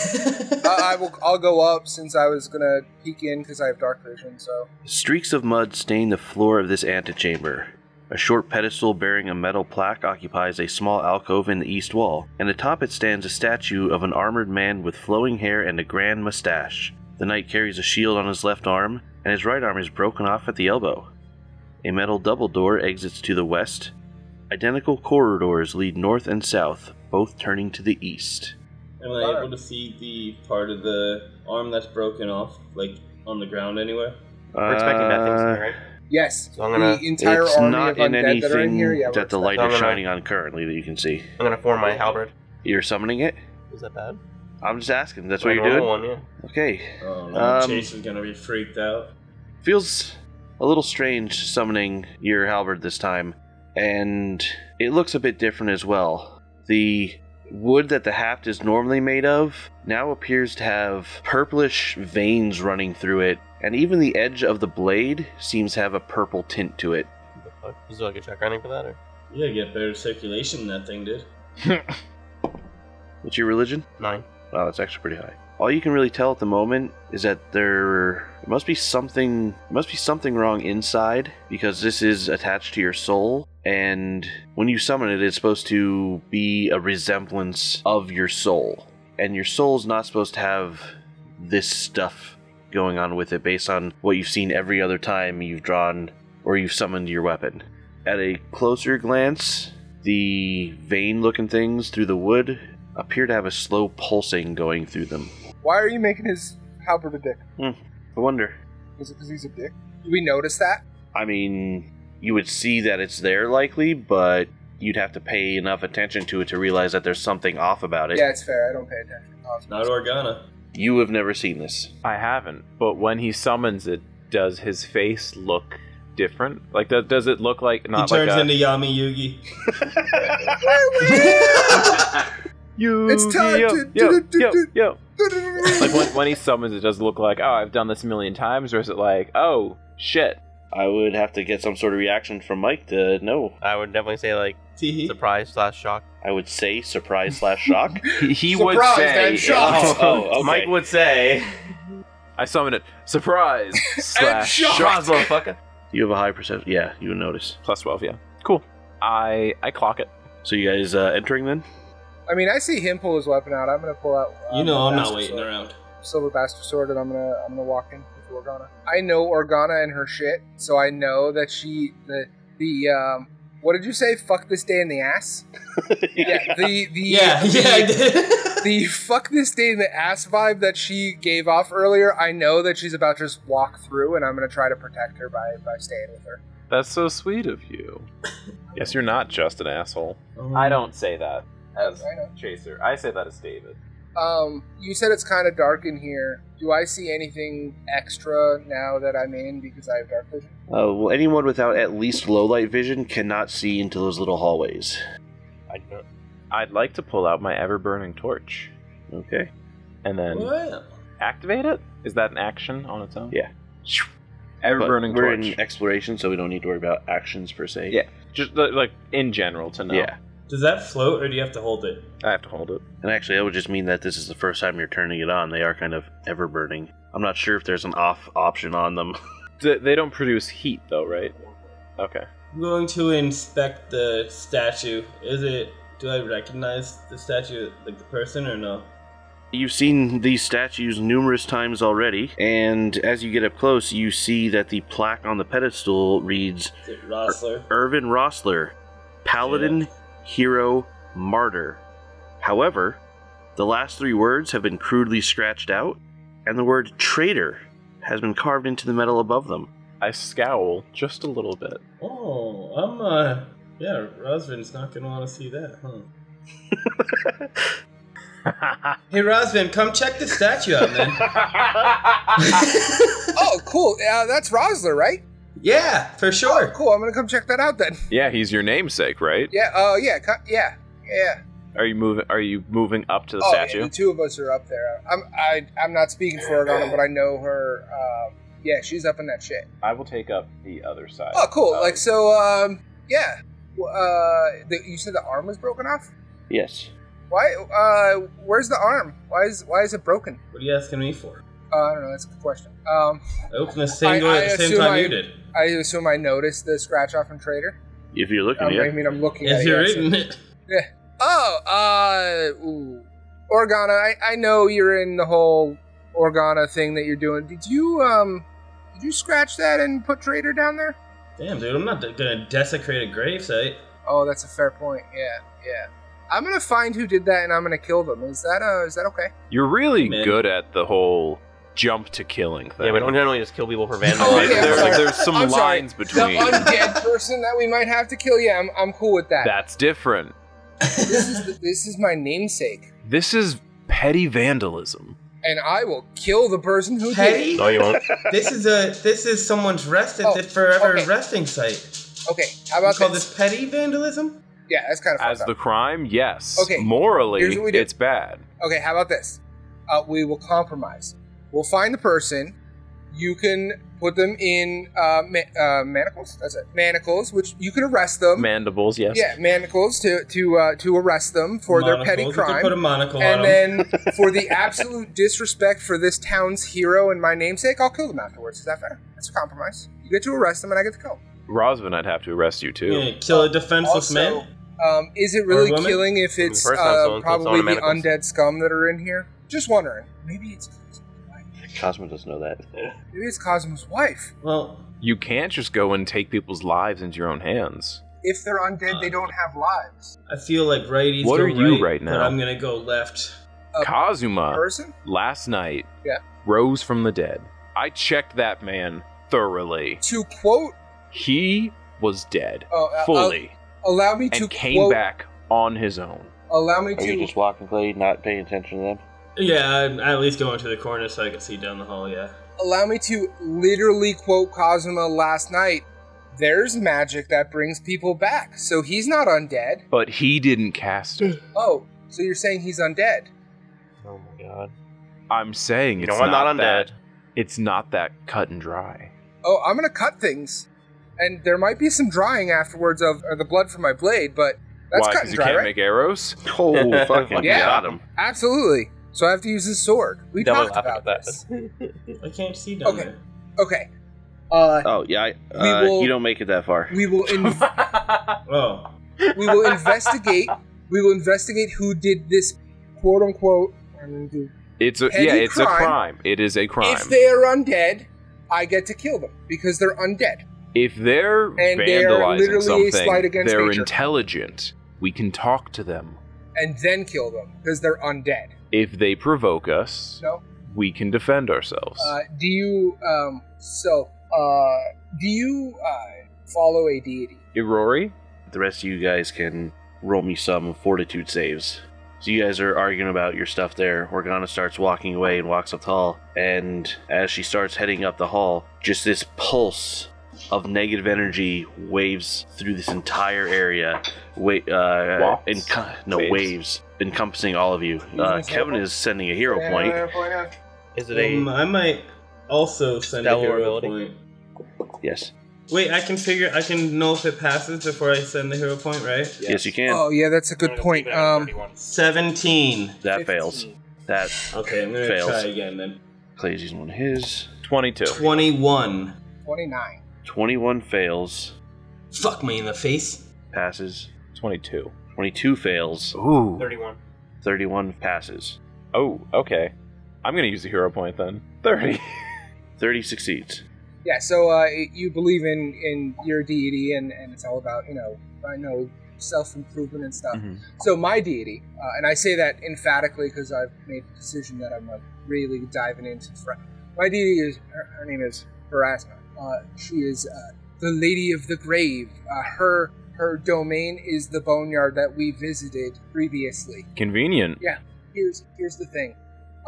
C: I, I will. I'll go up since I was gonna peek in because I have dark vision. So
A: Streaks of mud stain the floor of this antechamber. A short pedestal bearing a metal plaque occupies a small alcove in the east wall, and atop it stands a statue of an armored man with flowing hair and a grand mustache. The knight carries a shield on his left arm, and his right arm is broken off at the elbow. A metal double door exits to the west. Identical corridors lead north and south, both turning to the east.
D: Am I able to see the part of the arm that's broken off, like on the ground anywhere?
E: We're expecting bad things
A: Uh,
E: here, right?
C: yes,
E: So I'm gonna-
C: the entire
A: it's
C: army
A: not
C: of
A: in
C: undead that are in
A: anything
C: here. Yeah, we're
A: that the light
C: expecting-
E: No,
A: is
E: no, no.
A: shining on currently that you can see.
E: I'm gonna form my
C: Uh,
E: halberd.
A: You're summoning it?
E: Is that bad?
A: I'm just asking. That's what
E: My
A: you're doing?
E: normal One,
A: Okay.
D: Oh no,
A: Um,
D: Chase is gonna be freaked out.
A: Feels a little strange summoning your halberd this time, and it looks a bit different as well. The wood that the haft is normally made of now appears to have purplish veins running through it, and even the edge of the blade seems to have a purple tint to it.
E: yeah. The fuck? Is there like a check running for that? Or?
D: You gotta get better circulation than that thing did.
A: What's your religion?
E: Nine.
A: Wow, that's actually pretty high. All you can really tell at the moment is that there must be something must be something wrong inside because this is attached to your soul and when you summon it it's supposed to be a resemblance of your soul and your soul's not supposed to have this stuff going on with it based on what you've seen every other time you've drawn or you've summoned your weapon. At a closer glance, the vein looking things through the wood appear to have a slow pulsing going through them.
C: Why are you making his halberd a dick?
A: I wonder.
C: Is it because he's a dick? Do we notice that?
A: I mean, you would see that it's there likely, but you'd have to pay enough attention to it to realize that there's something off about it.
C: yeah, it's fair. I don't pay attention. Oh, it's-
D: Not Organa.
A: You have never seen this.
B: I haven't. But when he summons it, does his face look different? Like, does, does it look like not
D: he turns
B: like a,
D: into Yami Yugi.
B: You
C: It's time
B: yo,
C: to-
B: yo,
C: to- to-
B: yo,
C: to-
B: yo. Like when, when he summons, it does it look like, oh, I've done this a million times, or is it like, oh shit,
A: I would have to get some sort of reaction from Mike to know.
E: I would definitely say like
D: Teehee.
E: surprise slash shock.
A: I would say surprise slash shock.
B: He, he would
C: Surprised
B: say,
C: and shocked.
A: Oh, oh, okay.
E: Mike would say,
B: "I summon it." Surprise slash
C: shocked.
E: "Shots, motherfucker."
A: You have a high perception. Yeah, you would notice.
B: plus twelve. Yeah, cool. I I clock it.
A: So you guys uh, entering then?
C: I mean, I see him pull his weapon out. I'm gonna pull out. uh,
D: You know
C: my
D: I'm not
C: bastard
D: waiting
C: sword.
D: around.
C: silver bastard sword and I'm gonna I'm gonna walk in with Organa. I know Organa and her shit, so I know that she the the um what did you say? Fuck this day in the ass. Yeah, the the
D: Yeah,
C: the,
D: yeah, I did.
C: the fuck this day in the ass vibe that she gave off earlier. I know that she's about to just walk through, and I'm gonna try to protect her by by staying with her.
B: That's so sweet of you. yes, you're not just an asshole.
D: Um,
B: I don't say that as
C: I know.
B: Chaser. I say that as David.
C: Um, you said it's kind of dark in here. Do I see anything extra now that I'm in because I have dark vision?
A: Uh, well, anyone without at least low light vision cannot see into those little hallways.
E: I don't-
B: I'd like to pull out my ever burning torch
A: Okay.
B: and then
D: Well,
B: activate it. Is that an action on its own?
A: Yeah.
B: Ever
A: But
B: burning
A: we're
B: torch.
A: in exploration, so we don't need to worry about actions per se.
B: Yeah. Just li- like in general to know.
A: Yeah.
D: does that float or do you have to hold it?
B: I have to hold it.
A: And actually, that would just mean that this is the first time you're turning it on. They are kind of ever burning. I'm not sure if there's an off option on them.
B: D- they don't produce heat though, right? Okay.
D: I'm going to inspect the statue. Is it? Do I recognize the statue, like the person, or no?
A: You've seen these statues numerous times already, and as you get up close, you see that the plaque on the pedestal reads
D: Is it Rossler?
A: Irvin Rossler, Paladin, Hero, Martyr. However, the last three words have been crudely scratched out, and the word traitor has been carved into the metal above them.
B: I scowl just a little bit.
D: Oh, I'm uh, yeah, Rosvin's not gonna want to see that, huh? Hey, Rosvin, come check the statue out, man.
C: Oh, cool. Uh, that's Rosler, right?
D: yeah, for
C: Oh,
D: sure.
C: cool. I'm gonna come check that out then.
B: yeah, he's your namesake, right?
C: Yeah. Oh, yeah. co- Yeah. Yeah.
B: Are you moving? Are you moving up to the
C: oh, yeah,
B: statue?
C: the two of us are up there. I'm. I. I'm not speaking for Organa, but I know her. Um, yeah, she's up in that shit.
B: I will take up the other side.
C: Oh, cool.
B: Um,
C: Like so. Um. Yeah. W- Uh. The, you said the arm was broken off.
A: Yes.
C: Why? Uh. Where's the arm? Why is Why is it broken?
D: What are you asking me for?
C: Uh, I don't know. That's a good question. Um.
D: I opened the same
C: I-
D: door
C: I
D: at the same
C: assume
D: time
C: I-
D: you did.
C: I assume I noticed the scratch off from Trader.
A: If you're looking,
C: Um,
A: yeah.
C: I mean, I'm looking. at
D: If
C: it,
D: you're
C: yeah, so-
D: reading it,
C: Oh, uh, ooh. Organa, I, I know you're in the whole Organa thing that you're doing. Did you, um, did you scratch that and put Trader down there?
D: damn, dude, I'm not de- gonna desecrate a gravesite.
C: Oh, that's a fair point. Yeah, yeah. I'm gonna find who did that and I'm gonna kill them. Is that, uh, is that okay?
B: You're really
D: Man.
B: good at the whole jump to killing thing.
E: Yeah, we don't generally just kill people for vandalism.
C: Oh,
B: Like,
C: okay, I'm
B: there-
C: sorry.
B: like, there's some
C: I'm sorry.
B: lines
C: The
B: between.
C: undead person that we might have to kill? Yeah, I'm, I'm cool with that.
B: That's different.
C: This is, the, this is my namesake.
B: This is petty vandalism.
C: And I will kill the person who did
D: Petty?
E: No, you won't.
D: this is a this is someone's rest
C: Oh,
D: at the forever
C: okay.
D: resting site.
C: it. Okay, how
D: You
C: about
D: call
C: this?
D: this petty vandalism?
C: Yeah, that's kind of
B: As the crime, yes.
C: Okay,
B: Morally,
C: here's what we do.
B: it's bad.
C: Okay, how about this? Uh, we will compromise. We'll find the person. You can put them in uh, ma- uh, manacles. That's it, manacles. Which you can arrest them.
B: Mandibles, yes.
C: Um, Yeah, manacles to to uh, to arrest them for
D: Monocles,
C: their petty
D: you could put
C: crime.
D: a monocle on
C: And
D: 'em.
C: then for the absolute disrespect for this town's hero and my namesake, I'll kill them afterwards. Is that fair? That's a compromise. You get to arrest them, and I get to kill.
B: Rosvin, I'd have to arrest you too.
D: Yeah, kill a defenseless
C: Also,
D: man.
C: Um, is it really
D: woman?
C: killing if it's
E: First time
C: uh,
E: someone kills someone
C: probably
E: in
C: the
E: manacles.
C: undead scum that are in here? Just wondering. Maybe it's
A: Cosmo doesn't know that.
C: maybe it's Cosmo's wife.
D: Well,
B: You can't just go and take people's lives into your own hands.
C: if they're undead, they don't have lives.
D: I feel like righties.
B: What
D: go
B: are you right
D: But
B: now?
D: I'm gonna go left.
C: A
B: Kazuma,
C: person?
B: last night,
C: Uh, Yeah.
B: rose from the dead. I checked that man thoroughly.
C: To quote,
B: He was dead
C: Oh, uh,
B: fully
C: allow me to
B: and came
C: quote,
B: back on his own.
C: Allow me
A: Are
C: to.
A: you just walking, Clay, not paying attention to them?
D: Yeah, I'm at least going to the corner so I can see down the hall. Yeah.
C: allow me to literally quote Cosmo last night. There's magic that brings people back, so he's not undead.
B: But he didn't cast it.
C: Oh, so you're saying he's undead?
E: Oh my god.
B: I'm saying
E: You
B: it's
E: know I'm not
B: that-
E: undead.
B: It's not that cut and dry.
C: oh, I'm gonna cut things, and there might be some drying afterwards of uh, the blood from my blade, but that's
B: Why?
C: cut and
B: you
C: dry,
B: can't
C: right?
B: make arrows.
A: Oh, fucking
B: Yeah.
A: got him.
C: Absolutely. So I have to use his sword. We
E: Double
C: talked
E: laugh
C: about
E: at that.
C: this.
D: I can't see down
C: Okay.
D: there.
C: Okay. Uh,
A: Oh yeah, I,
C: We
A: uh,
C: will-
A: you don't make it that far.
C: we will in-
D: Oh,
C: we will investigate. We will investigate who did this quote unquote. I'm gonna do
B: It's a
C: Petty
B: yeah, it's a
C: crime.
B: crime. It is a crime.
C: If they are undead, I get to kill them because they're undead.
B: If they're
C: And they are
B: vandalizing
C: literally a slight
B: something,
C: against
B: they're
C: nature.
B: intelligent. We can talk to them.
C: And then kill them because they're undead.
B: If they provoke us,
C: No.
B: we can defend ourselves.
C: Uh, do you um? So uh, do you uh, follow a deity?
B: Irori,
A: The rest of you guys can roll me some fortitude saves. So you guys are arguing about your stuff there. Organa starts walking away and walks up the hall. And as she starts heading up the hall, just this pulse of negative energy waves through this entire area. Wait, uh,
B: Wafts?
A: enco- no
B: Waves.
A: waves. encompassing all of you. Uh, Kevin is sending a hero point.
E: Is it
D: um,
C: Mm.
E: a
D: I might also send a
E: Stellar
D: hero
E: ability.
D: point.
A: Yes,
D: Wait, I can figure. I can know if it passes before I send the hero point, right?
A: yes, you can.
C: Oh yeah, that's a good point. Um,
D: Seventeen.
A: that fails. That
D: Okay, I'm gonna
A: Fails.
D: try again then.
A: Clay's using one of his.
B: 22.
D: Twenty-one.
C: twenty-nine.
A: Twenty-one fails,
D: Fuck me in the face.
A: passes.
B: 22.
A: Twenty-two fails.
B: Ooh.
E: 31?
A: 31 passes.
B: Oh, okay. I'm going to use a hero point then. 30.
A: 30 succeeds.
C: Yeah, so uh, you believe in in your deity, and and it's all about you know I know self improvement and stuff.
B: Mhm.
C: So my deity, uh, and I say that emphatically because I've made the decision that I'm like really diving into. Fr- my deity is her, her name is Verasma. Uh, she is uh, the Lady of the Grave. Uh, her her domain is the boneyard that we visited previously.
B: Convenient.
C: Here's here's the thing,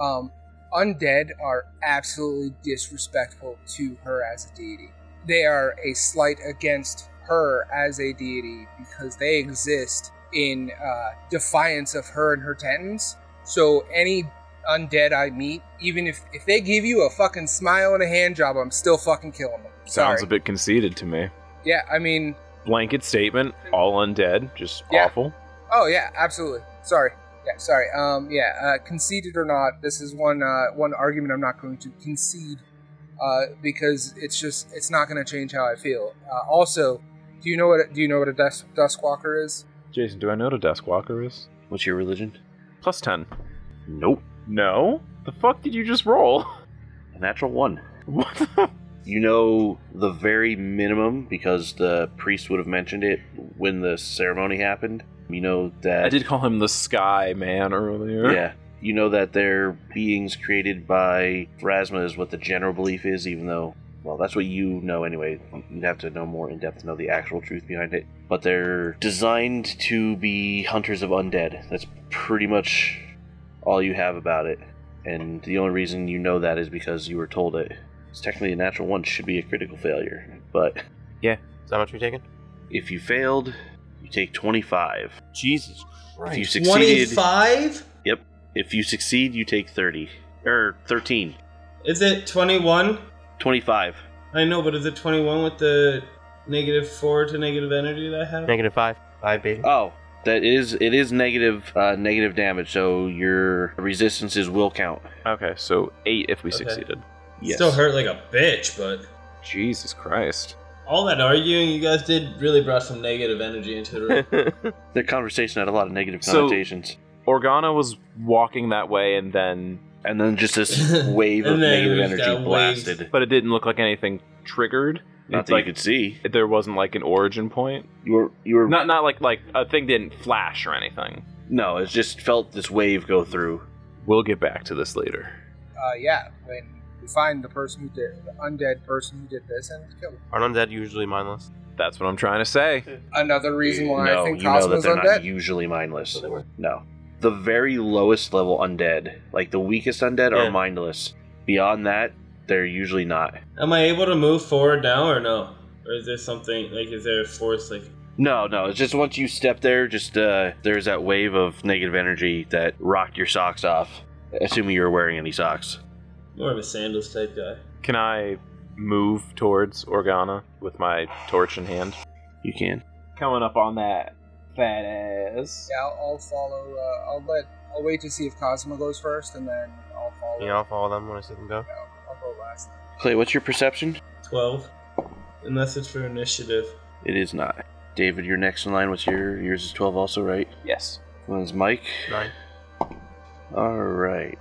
C: um, undead are absolutely disrespectful to her as a deity. They are a slight against her as a deity because they exist in uh, defiance of her and her tentacles. So any undead I meet, even if if they give you a fucking smile and a hand job, I'm still fucking killing them. Sorry.
B: Sounds a bit conceited to me.
C: yeah, I mean,
B: Blanket statement, all undead, just
C: Yeah.
B: awful.
C: Oh yeah, absolutely. Sorry. Yeah, sorry. Um, yeah, uh, conceded or not, this is one uh, one argument I'm not going to concede uh, because it's just it's not going to change how I feel. Uh, also, do you know what do you know what a dusk duskwalker is?
B: Jason, do I know what a desk walker is?
A: What's your religion?
B: Plus 10.
A: Nope.
B: No? The fuck did you just roll?
A: A natural one.
B: What the?
A: You know the very minimum because the priest would have mentioned it when the ceremony happened. You know that.
B: I did call him the Sky Man earlier.
A: Yeah. You know that they're beings created by Phrasma is what the general belief is, even though, well, that's what you know anyway. You'd have to know more in depth to know the actual truth behind it. But they're designed to be hunters of undead. That's pretty much all you have about it. And the only reason you know that is because you were told it. It's technically a natural one, should be a critical failure. But
E: Is that much you're taking?
A: if you failed, you take 25. If
E: Jesus
A: you
E: Christ.
A: succeeded,
D: Twenty-five.
A: if you succeed, you take 30. Or 13.
D: Is it twenty-one?
A: 25.
D: I know, but is it twenty-one with the negative four to negative energy that I have?
E: Negative 5. 5, baby.
A: Oh, that is it is negative uh, negative damage. So your resistances will count.
B: Okay, so 8 if we
D: Okay.
B: succeeded.
A: Yes.
D: Still hurt like a bitch, but
B: Jesus Christ.
D: all that arguing you guys did really brought some negative energy into the room.
A: The conversation had a lot of negative
B: So-
A: connotations,
B: Organa was walking that way and then
A: and then just this wave of
D: And then
A: negative
D: we
A: energy
D: got
A: blasted.
B: but it didn't look like anything triggered.
A: Not
B: It's
A: that
B: like
A: you could see.
B: there wasn't like an origin point.
A: You were you were
B: Not not like like a thing didn't flash or anything.
A: no. It just felt this wave go through.
B: We'll get back to this later.
C: Uh, yeah, when you find the person who did the undead person who did this and kill them.
E: Aren't undead usually mindless?
B: That's what I'm trying to say.
C: Another reason why
A: no,
C: I think
A: you know that
C: Cosmo's
A: they're
C: undead.
A: not usually mindless. No, the very lowest level undead, like the weakest undead,
E: Yeah.
A: are mindless. Beyond that, they're usually not.
D: Am I able to move forward now or no? Or is there something like is there a force like
A: No, no. It's just once you step there, just uh, there's that wave of negative energy that rocked your socks off. Assuming you were wearing any socks.
D: more of a sandals type guy?
B: Can I move towards Organa with my torch in hand?
A: You can.
B: Coming up on that fat ass.
C: Yeah, I'll, I'll follow. Uh, I'll let. I'll wait to see if Cosmo goes first, and then I'll follow.
E: You know, I'll follow them when I see them go.
C: Yeah, I'll, I'll go last.
A: Clay, what's your perception?
D: 12. Unless it's for initiative.
A: It is not. David, you're next in line. What's your yours is twelve also, right?
B: Yes.
A: One's Mike.
E: Nine.
A: All right.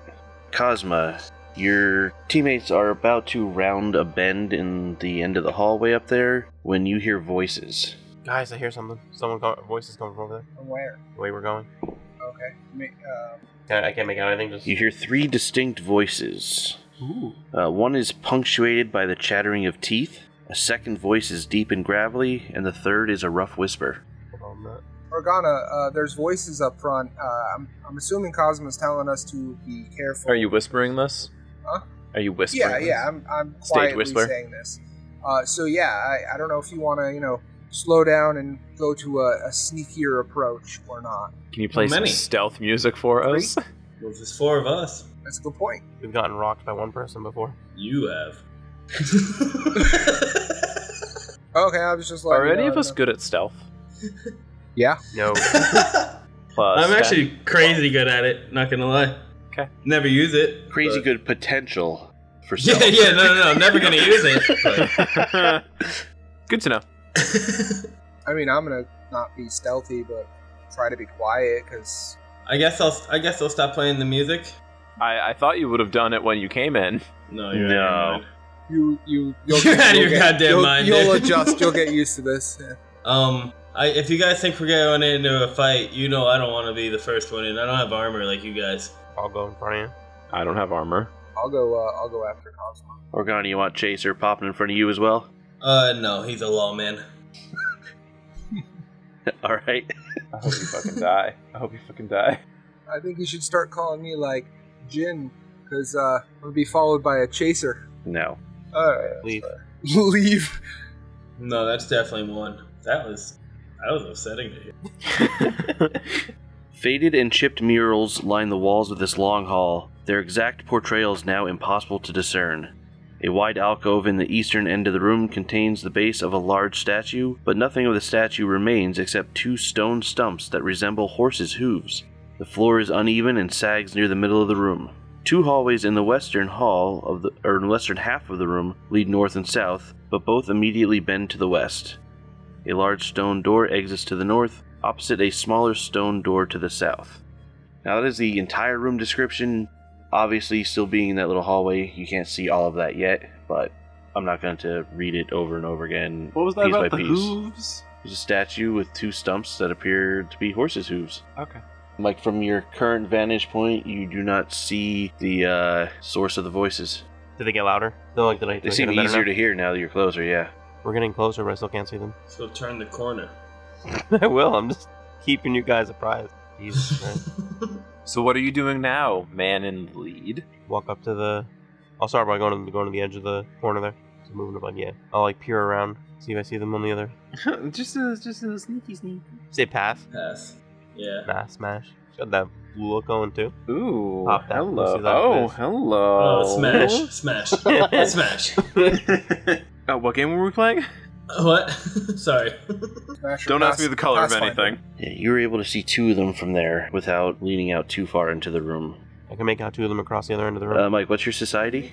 A: Cosma, your teammates are about to round a bend in the end of the hallway up there when you hear voices.
E: Guys, I hear something. Someone go- voices coming from over there.
C: From where?
E: The way we're going.
C: Okay. Me, um,
E: I, I can't make out anything. Just
A: You hear three distinct voices.
E: Ooh.
A: Uh, one is punctuated by the chattering of teeth, a second voice is deep and gravelly, and the third is a rough whisper.
E: Hold on a minute.
C: Organa, uh, there's voices up front. Uh, I'm, I'm assuming Cosmo's telling us to be careful.
B: Are you whispering this?
C: Huh?
B: Are you whispering?
C: Yeah,
B: this?
C: yeah. I'm, I'm
B: Stage
C: quietly
B: whistler.
C: saying this. Uh, so yeah, I, I don't know if you want to, you know, slow down and go to a, a sneakier approach or not.
B: Can you play
D: How
B: some
D: many?
B: stealth music for us?
D: Well, if there's four of us,
C: That's a good point.
E: We've gotten rocked by one person before.
D: you have.
C: Okay, I was just like.
B: Are any of us good at stealth?
C: Yeah.
E: No.
B: Plus,
D: I'm
B: that-
D: actually crazy good at it, not gonna lie.
B: Okay.
D: Never use it.
A: Crazy
D: but-
A: good potential for
D: Yeah,
A: stealth.
D: yeah, no, no, no. I'm never gonna use it. but-
B: good to know.
C: I mean, I'm gonna not be stealthy, but try to be quiet because
D: I guess I'll I guess I'll stop playing the music.
B: I, I thought you would have done it when you came in.
D: No,
A: you're No. out of
C: you you
D: You're out of your goddamn
C: you'll,
D: mind,
C: You'll
D: dude.
C: adjust. You'll get used to this. Yeah.
D: Um, I if you guys think we're going into a fight, you know I don't want to be the first one in. I don't have armor like you guys.
E: I'll go in front of
B: I don't have armor.
C: I'll go. Uh, I'll go after Cosmo.
A: Organa, you want Chaser popping in front of you as well?
D: Uh, no, he's a lawman.
A: All right.
B: I hope you fucking die. I hope you fucking die.
C: I think you should start calling me like Jin, because uh, I'm gonna be followed by a chaser.
A: No.
C: All right,
E: you. Leave.
C: leave.
D: No, that's definitely one. That was that was upsetting to hear.
A: Faded and chipped murals line the walls of this long hall, their exact portrayals now impossible to discern. A wide alcove in the eastern end of the room contains the base of a large statue, but nothing of the statue remains except two stone stumps that resemble horses' hooves. The floor is uneven and sags near the middle of the room. Two hallways in the western hall of the or western half of the room lead north and south, but both immediately bend to the west. A large stone door exits to the north, opposite a smaller stone door to the south. Now, that is the entire room description. Obviously, still being in that little hallway, you can't see all of that yet, but I'm not going to read it over and over again.
B: What was that
A: piece
B: about
A: by
B: the
A: piece.
B: hooves?
A: There's a statue with two stumps that appear to be horses' hooves.
B: Okay.
A: Like from your current vantage point, you do not see the uh, source of the voices.
E: Did they get louder? No, like did I?
A: They seem easier to hear now that you're closer. Yeah.
E: We're getting closer, but I still can't see them.
D: So turn the corner.
E: I will. I'm just keeping you guys apprised. Jesus Christ.
B: So what are you doing now, man in the lead?
E: Walk up to the. I'll start by going to going to the edge of the corner there. Just moving up, yeah. I'll like peer around, see if I see them on the other.
B: just a just a sneaky sneak.
E: Say pass.
D: Pass. Yeah.
E: Nah, smash. Got that blue look going too.
B: Ooh.
E: Pop that.
B: Hello.
E: Let's see that
B: Oh,
E: face.
B: hello.
D: Oh, smash, smash, smash.
B: Uh, what game were we playing?
D: What? Sorry.
C: Smash your
B: Don't ask
C: pass-
B: me the color of
C: pathfinder.
B: anything.
A: Yeah, you were able to see two of them from there without leaning out too far into the room.
E: I can make out two of them across the other end of the
A: Uh,
E: room.
B: Um,
A: Mike, what's your society?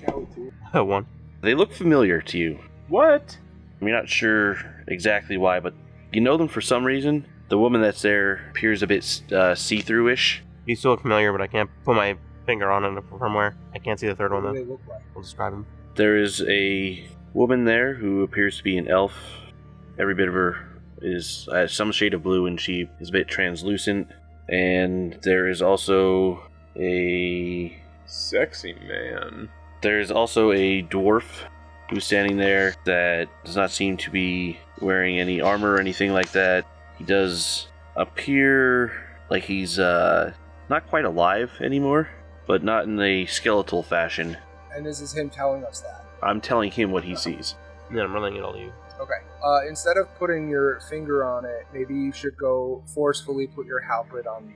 E: One.
A: They look familiar to you.
B: What?
A: You're not sure exactly why, but you know them for some reason. The woman that's there appears a bit uh, see-through ish.
E: These still look familiar, but I can't put my finger on it from where. I can't see the third one
C: What do
E: though.
C: they look like?
E: I'll describe them.
A: There is a woman there who appears to be an elf. Every bit of her is uh, some shade of blue, and she is a bit translucent. And there is also a
B: Sexy man.
A: There is also a dwarf who's standing there that does not seem to be wearing any armor or anything like that. He does appear like he's uh, not quite alive anymore, but not in a skeletal fashion.
C: And this is him telling us that.
A: I'm telling him what he sees.
E: And then I'm running it all to you.
C: Okay. Uh, instead of putting your finger on it, maybe you should go forcefully put your halberd on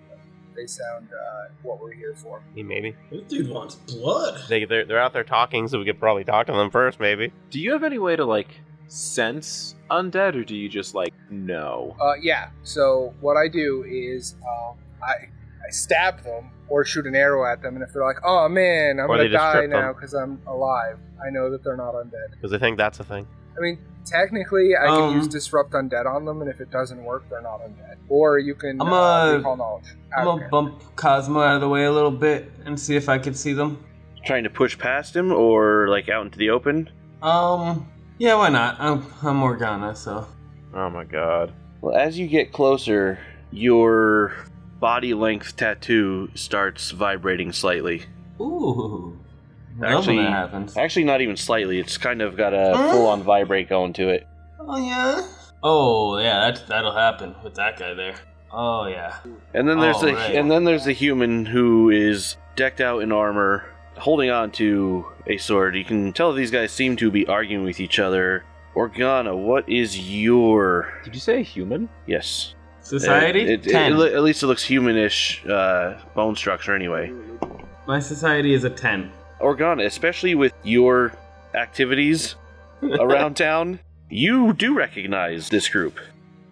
C: They sound uh, what we're here for.
E: Yeah, Maybe
D: This dude wants blood.
E: they they're, they're out there talking, so we could probably talk to them first. Maybe
B: Do you have any way to like sense undead, or do you just like know?
C: Uh, yeah. So what I do is um, I I stab them or shoot an arrow at them, and if they're like, "Oh man, I'm
E: Or they
C: gonna
E: just
C: die
E: strip them.
C: now because I'm alive," I know that they're not undead.
E: because I think that's a thing.
C: I mean, technically, I
D: Um,
C: can use disrupt undead on them, and if it doesn't work, they're not undead. Or you can
D: I'm
C: uh,
D: a-
C: recall knowledge.
D: I'm gonna
C: Okay.
D: bump Cosmo out of the way a little bit and see if I can see them.
A: Trying to push past him or like out into the open?
D: Um, yeah, why not? I'm, I'm Morgana, so.
B: Oh my god.
A: Well, as you get closer, your body length tattoo starts vibrating slightly.
D: Ooh.
A: Actually-
D: I love when that happens.
A: Actually, not even slightly. It's kind of got a
D: Huh?
A: full on vibrate going to it.
D: Oh, yeah? Oh, yeah, that, that'll happen with that guy there. Oh, yeah.
A: And then there's
D: Oh,
A: the
D: right.
A: and then there's the human who is decked out in armor, holding on to a sword. You can tell these guys seem to be arguing with each other. Organa, what is your
B: Did you say human?
A: yes?
D: Society?
A: It- it- it-
D: 10.
A: it loo- at least it looks humanish uh, bone structure anyway.
D: My society is a 10.
A: Organa, especially with your activities around town, you do recognize this group.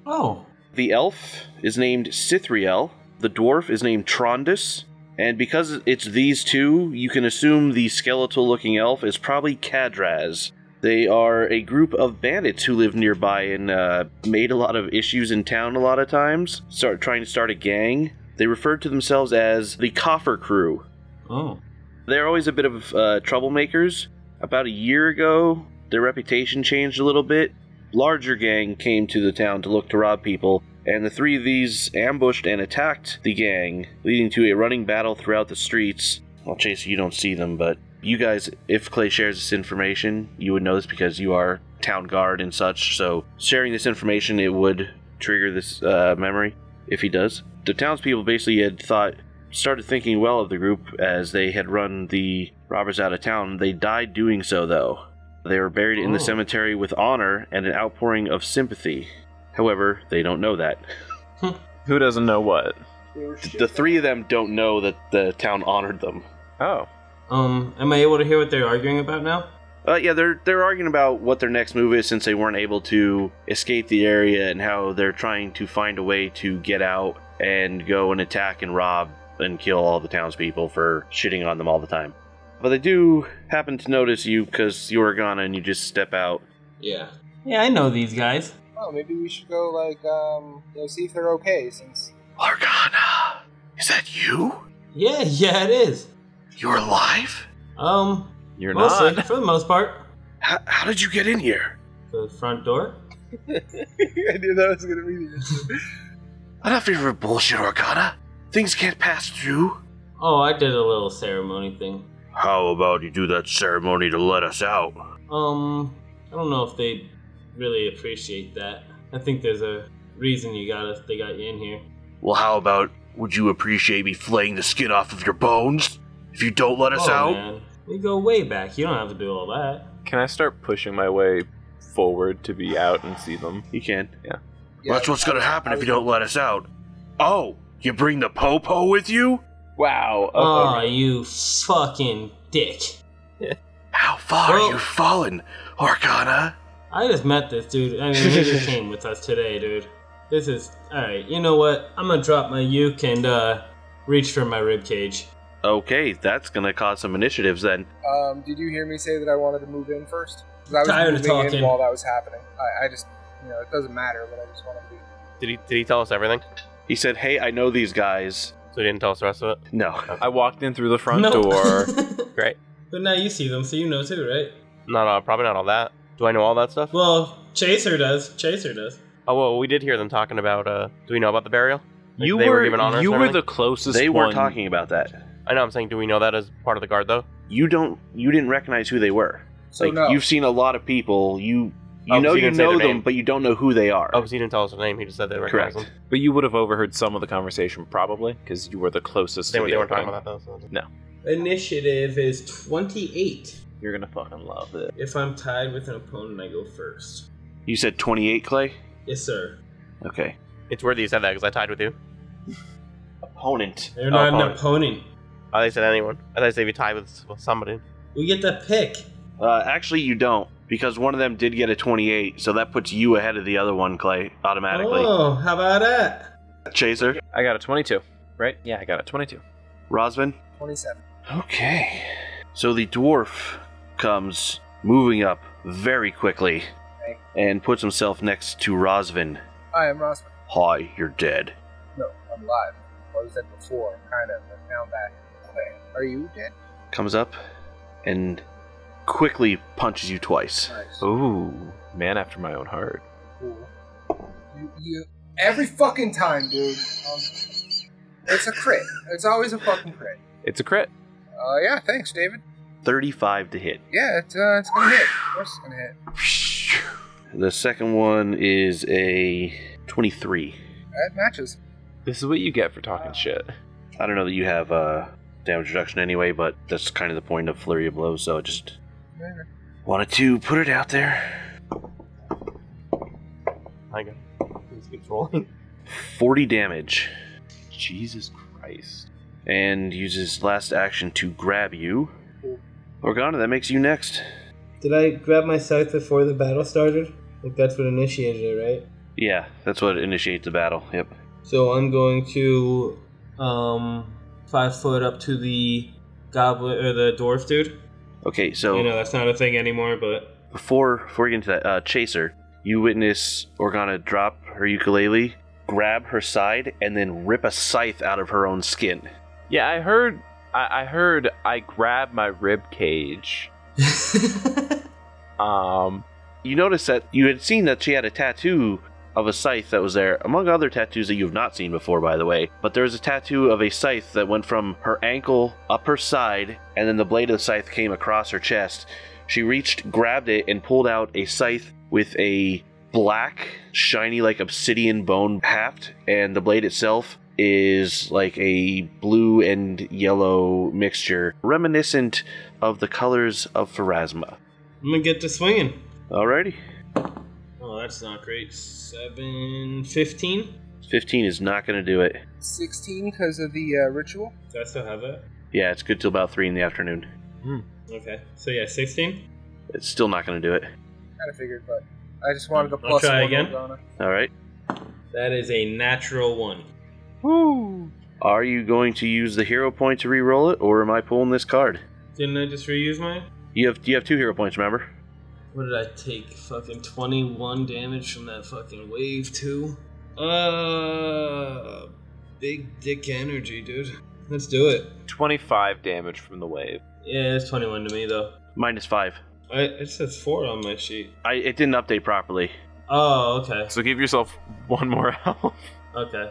D: Oh.
A: The elf is named Sithriel. The dwarf is named Trondus. And because it's these two, you can assume the skeletal looking elf is probably Kadraz. They are a group of bandits who live nearby and uh, made a lot of issues in town a lot of times, start trying to start a gang. They refer to themselves as the Coffer Crew.
D: Oh.
A: They're always a bit of uh, troublemakers. About a year ago, their reputation changed a little bit. Larger gang came to the town to look to rob people, and the three of these ambushed and attacked the gang, leading to a running battle throughout the streets. Well, Chase, you don't see them, but you guys, if Clay shares this information, you would know this because you are town guard and such. So sharing this information, it would trigger this uh, memory if he does. The townspeople basically had thought started thinking well of the group as they had run the robbers out of town. They died doing so, though. They were buried in the
D: Oh.
A: cemetery with honor and an outpouring of sympathy. However, they don't know that.
B: Who doesn't know what?
A: The three of them don't know that the town honored them.
B: Oh,
D: Um, am I able to hear what they're arguing about now?
A: Uh, yeah, they're they're arguing about what their next move is since they weren't able to escape the area and how they're trying to find a way to get out and go and attack and rob and kill all the townspeople for shitting on them all the time. But they do happen to notice you because you were gone and you just step out.
D: Yeah. Yeah, I know these guys.
C: Oh, maybe we should go like um, you know, see if they're okay. Since
A: Argana, is that you?
D: Yeah, yeah, it is.
A: You're alive?
D: Um,
B: you're
D: mostly,
B: not.
D: for the most part.
A: How, how did you get in here?
D: The front door?
C: I knew that was gonna be the issue.
A: Enough of your bullshit, Organa. Things can't pass through.
D: Oh, I did a little ceremony thing.
A: How about you do that ceremony to let us out?
D: Um, I don't know if they really appreciate that. I think there's a reason you got us. They got you in here.
A: Well, how about would you appreciate me flaying the skin off of your bones if you don't let us
D: oh,
A: out?
D: man. We go way back. You don't have to do all that.
B: Can I start pushing my way forward to be out and see them?
A: You can.
C: Yeah,
A: That's what's gonna
C: I-
A: happen
C: I
A: if you
C: was-
A: don't let us out. Oh, you bring the popo with you?
B: Wow.
D: Oh, you fucking dick.
A: How far
D: Well-
A: are you fallen, Organa?
D: I just met this dude. I mean, he just came with us today, dude. This is. Alright, you know what? I'm gonna drop my uke and, uh, reach for my ribcage.
A: Okay, that's gonna cause some initiatives then.
C: Um, did you hear me say that I wanted to move in first? 'Cause I was
D: Tired of
C: moving
D: talking.
C: in while that was happening. I, I just, you know, it doesn't matter, but I just want to be.
E: Did he did he tell us everything?
A: He said, Hey, I know these guys.
E: So he didn't tell us the rest of it.
A: No.
B: I walked in through the front
D: No.
B: door.
E: Great.
D: But now you see them, so you know too, right?
E: Not all, probably not all that. Do I know all that stuff?
D: Well, Chaser does. Chaser does.
E: oh well, we did hear them talking about. uh Do we know about the burial? Like,
B: you
E: they
B: were,
E: were giving honors
B: you
E: and
B: were the
E: everything?
B: closest.
A: They weren't
B: one-
A: talking about that.
E: I know. I'm saying, do we know that as part of the guard though?
A: You don't you didn't recognize who they were.
C: So
A: like
C: no.
A: you've seen a lot of people, you you
E: Oh,
A: know
E: so you
A: you
E: didn't say
A: know
E: their
A: them,
E: name.
A: but you don't know who they are.
E: Oh, because he didn't tell us the name. He just said they recognized
A: Correct.
E: him.
B: But you would have overheard some of the conversation probably because you were the closest.
E: They,
B: to
E: were-
B: the
E: they weren't talking
B: opening.
E: about that though. So.
D: Initiative is 28.
B: You're gonna fucking love it.
D: If I'm tied with an opponent, I go first.
A: You said twenty eight, Clay?
D: Yes, sir.
A: Okay.
E: It's worthy you said that because I tied with you.
A: opponent.
D: They're not an
E: opponent.
D: opponent.
E: I thought you said anyone. I thought you said we tie with, with somebody.
D: We get to pick.
A: Uh, actually, you don't because one of them did get a 28, so that puts you ahead of the other one, Clay, automatically.
D: Oh, how about that?
A: Chaser,
B: I got a 22, right? Yeah, I got a 22.
A: Rosvin.
C: 27.
A: Okay. So the dwarf comes moving up very quickly
C: Okay.
A: and puts himself next to Rosvin.
C: I am Rosman.
A: Hi, you're dead.
C: No, I'm alive. I was dead before, kind of, but now I'm back. Okay. Are you dead?
A: Comes up and quickly punches you twice.
C: Nice.
B: Ooh, man after my own heart.
C: Cool. You, you, every fucking time, dude. Um, it's a crit. It's always a fucking crit.
B: It's a crit.
C: Uh, yeah, thanks, David.
A: 35 to hit.
C: Yeah, it's, uh, it's gonna hit. Of course it's gonna hit.
A: The second one is a 23.
C: That Uh, matches.
B: This is what you get for talking shit.
A: I don't know that you have uh, damage reduction anyway, but that's kind of the point of Flurry of Blows, so I just wanted to put it out there.
E: I got. This keeps rolling.
A: 40 damage.
B: Jesus Christ.
A: and uses last action to grab you. Organa, that makes you next.
D: Did I grab my scythe before the battle started? Like that's what initiated it, right?
A: Yeah, that's what initiates the battle. Yep.
D: So I'm going to um five foot up to the goblin or the dwarf dude.
A: Okay, so
D: You know that's not a thing anymore, but
A: before before we get into that, uh, Chaser, you witness Organa drop her ukulele, grab her side, and then rip a scythe out of her own skin.
B: Yeah, I heard. I, I heard. I grabbed my rib cage. Um,
A: You notice that you had seen that she had a tattoo of a scythe that was there, among other tattoos that you've not seen before, by the way. But there was a tattoo of a scythe that went from her ankle up her side, and then the blade of the scythe came across her chest. She reached, grabbed it, and pulled out a scythe with a black, shiny, like obsidian bone haft, and the blade itself is like a blue and yellow mixture, reminiscent of the colors of Pharasma.
D: I'm gonna get to swinging.
A: Alrighty.
D: Oh, that's not great. Seven, fifteen.
A: 15 is not going to do it.
C: 16 because of the uh, ritual.
D: Do I still have that?
A: Yeah, it's good till about 3 in the afternoon.
D: Okay. So yeah, sixteen.
A: It's still not going to do it.
C: Kind of figured, but I just wanted to
D: I'll
C: plus
D: try
C: one
D: again.
C: Organa.
A: All right.
D: That is a natural one.
A: Are you going to use the hero point to re-roll it, or am I pulling this card?
D: Didn't I just reuse mine?
A: You have you have two hero points, remember?
D: What did I take? Fucking 21 damage from that fucking wave, too? Uh. Big dick energy, dude. Let's do it.
B: 25 damage from the wave.
D: Yeah, it's 21 to me, though.
A: Minus five.
D: I, it says 4 on my sheet.
A: I it didn't update properly.
D: Oh, okay.
B: So give yourself one more health.
D: Okay.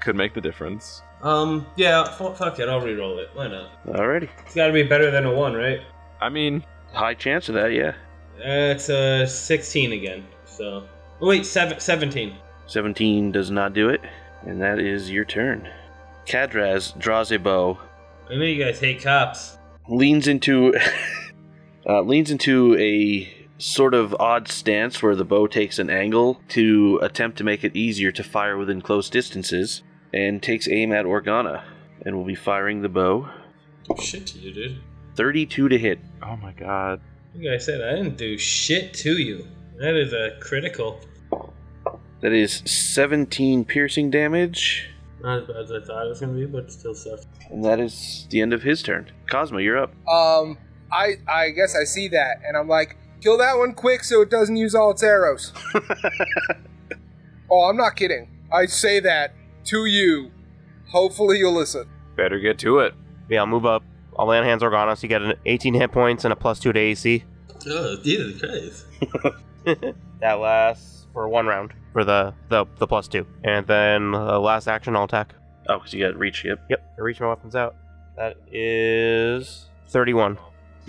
B: Could make the difference.
D: Um, yeah, fu- fuck it. I'll reroll it. Why not?
A: Alrighty.
D: It's gotta be better than a 1, right?
B: I mean,
A: High chance of that, yeah.
D: That's a 16 again, so. Oh, wait, seven, 17.
A: Seventeen does not do it, and that is your turn. Kadraz draws a bow,
D: I know you guys hate cops.
A: leans into uh, leans into a sort of odd stance where the bow takes an angle to attempt to make it easier to fire within close distances and takes aim at Organa and will be firing the bow
D: Shit to you, dude.
A: 32 to hit
B: oh my god.
D: Like I said, I didn't do shit to you. That is a critical.
A: that is 17 piercing damage
D: Not as bad as I thought it was gonna be, but it still sucks.
A: and that is the end of his turn Cosmo you're up
C: Um, I I guess I see that, and I'm like, kill that one quick so it doesn't use all its arrows. oh, I'm not kidding. I say that to you. Hopefully you'll listen.
B: Better get to it.
E: Yeah, I'll move up. I'll land hands Organa, so you get an 18 hit points and a plus two to AC.
D: Oh, Jesus Christ.
E: That lasts for one round for the the, the plus two, and then uh, last action I'll attack.
A: oh because you got reach yep
E: Yep, I reach my weapons out. That is 31.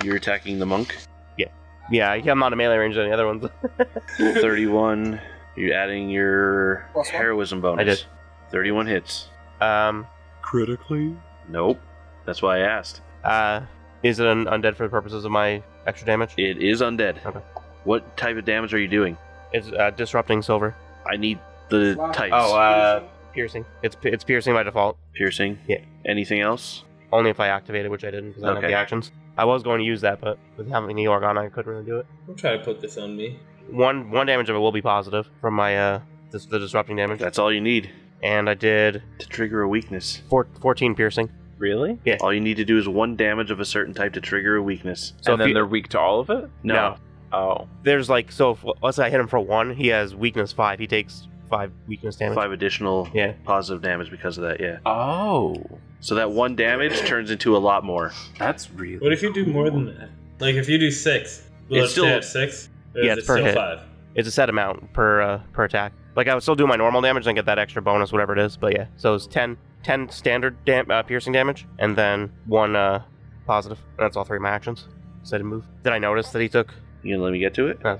A: you're attacking the monk
E: Yeah, I'm not a melee range than the other ones.
A: 31 you're adding your
C: Plus one?
A: heroism bonus
E: I did.
A: 31 hits
E: Um,
B: Critically?
A: nope that's why I asked
E: uh, is it un- undead for the purposes of my extra damage?
A: It is undead.
E: Okay.
A: What type of damage are you doing?
E: It's uh, disrupting silver.
A: I need the
C: Wow.
A: types.
E: Oh, uh, Piercing. It's pi- it's piercing by default.
A: Piercing.
E: Yeah.
A: Anything else?
E: Only if I activate it, which I didn't because I didn't have
A: Okay.
E: the actions. I was going to use that, but with having the Organa, I couldn't really do it.
D: I'm trying to put this on me.
E: One one damage of it will be positive from my uh this, the disrupting damage,
A: That's all you need
E: and I did
A: to trigger a weakness.
E: four, 14 piercing.
B: Really?
A: All you need to do is one damage of a certain type to trigger a weakness.
E: So
B: and then
E: if you-
B: they're weak to all of it?
A: No.
E: No.
B: Oh.
E: there's like so if, let's say I hit him for one, he has weakness five. He takes five weakness damage.
A: Five additional
E: Yeah.
A: positive damage because of that, yeah.
B: Oh.
A: So that one damage turns into a lot more.
B: That's really.
D: What if you do more than that? Like if you do six, will
A: It's
D: it
A: still-
D: stay at six? Or
E: Yeah,
D: is
E: it's
D: it
E: per
D: still
E: hit.
D: five?
E: It's a set amount per uh, per attack. Like I would still do my normal damage and get that extra bonus, whatever it is. But yeah, so it's 10, 10 standard dam- uh, piercing damage, and then one uh, positive. And that's all three of my actions. So I didn't move. Did I notice that he took?
A: You gonna let me get to it?
E: Uh,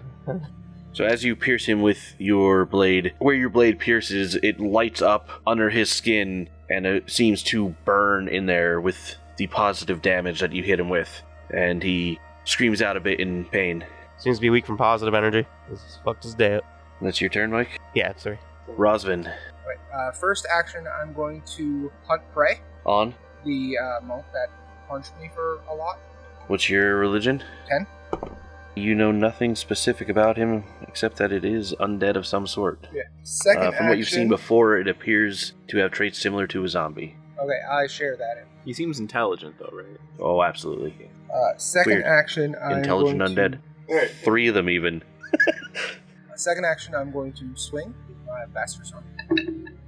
A: So as you pierce him with your blade, where your blade pierces, it lights up under his skin and it seems to burn in there with the positive damage that you hit him with. And he screams out a bit in pain.
E: seems to be weak from positive energy. This is fucked his day up.
A: That's your turn, Mike?
E: Yeah, it's three.
A: Rosvin,
C: Right, uh, first action, I'm going to hunt prey.
A: on.
C: The uh, monk that punched me for a lot.
A: What's your religion?
C: Ten.
A: You know nothing specific about him except that it is undead of some sort.
C: Yeah. Second
A: Uh, from what you've
C: action-
A: seen before, it appears to have traits similar to a zombie.
C: Okay, I share that. In.
B: He seems intelligent, though, right?
A: Oh, absolutely.
C: Uh, second
A: Weird.
C: action, I'm
A: Intelligent
C: going
A: undead.
C: To,
A: Three of them, even.
C: Second action, I'm going to swing with my blaster sword.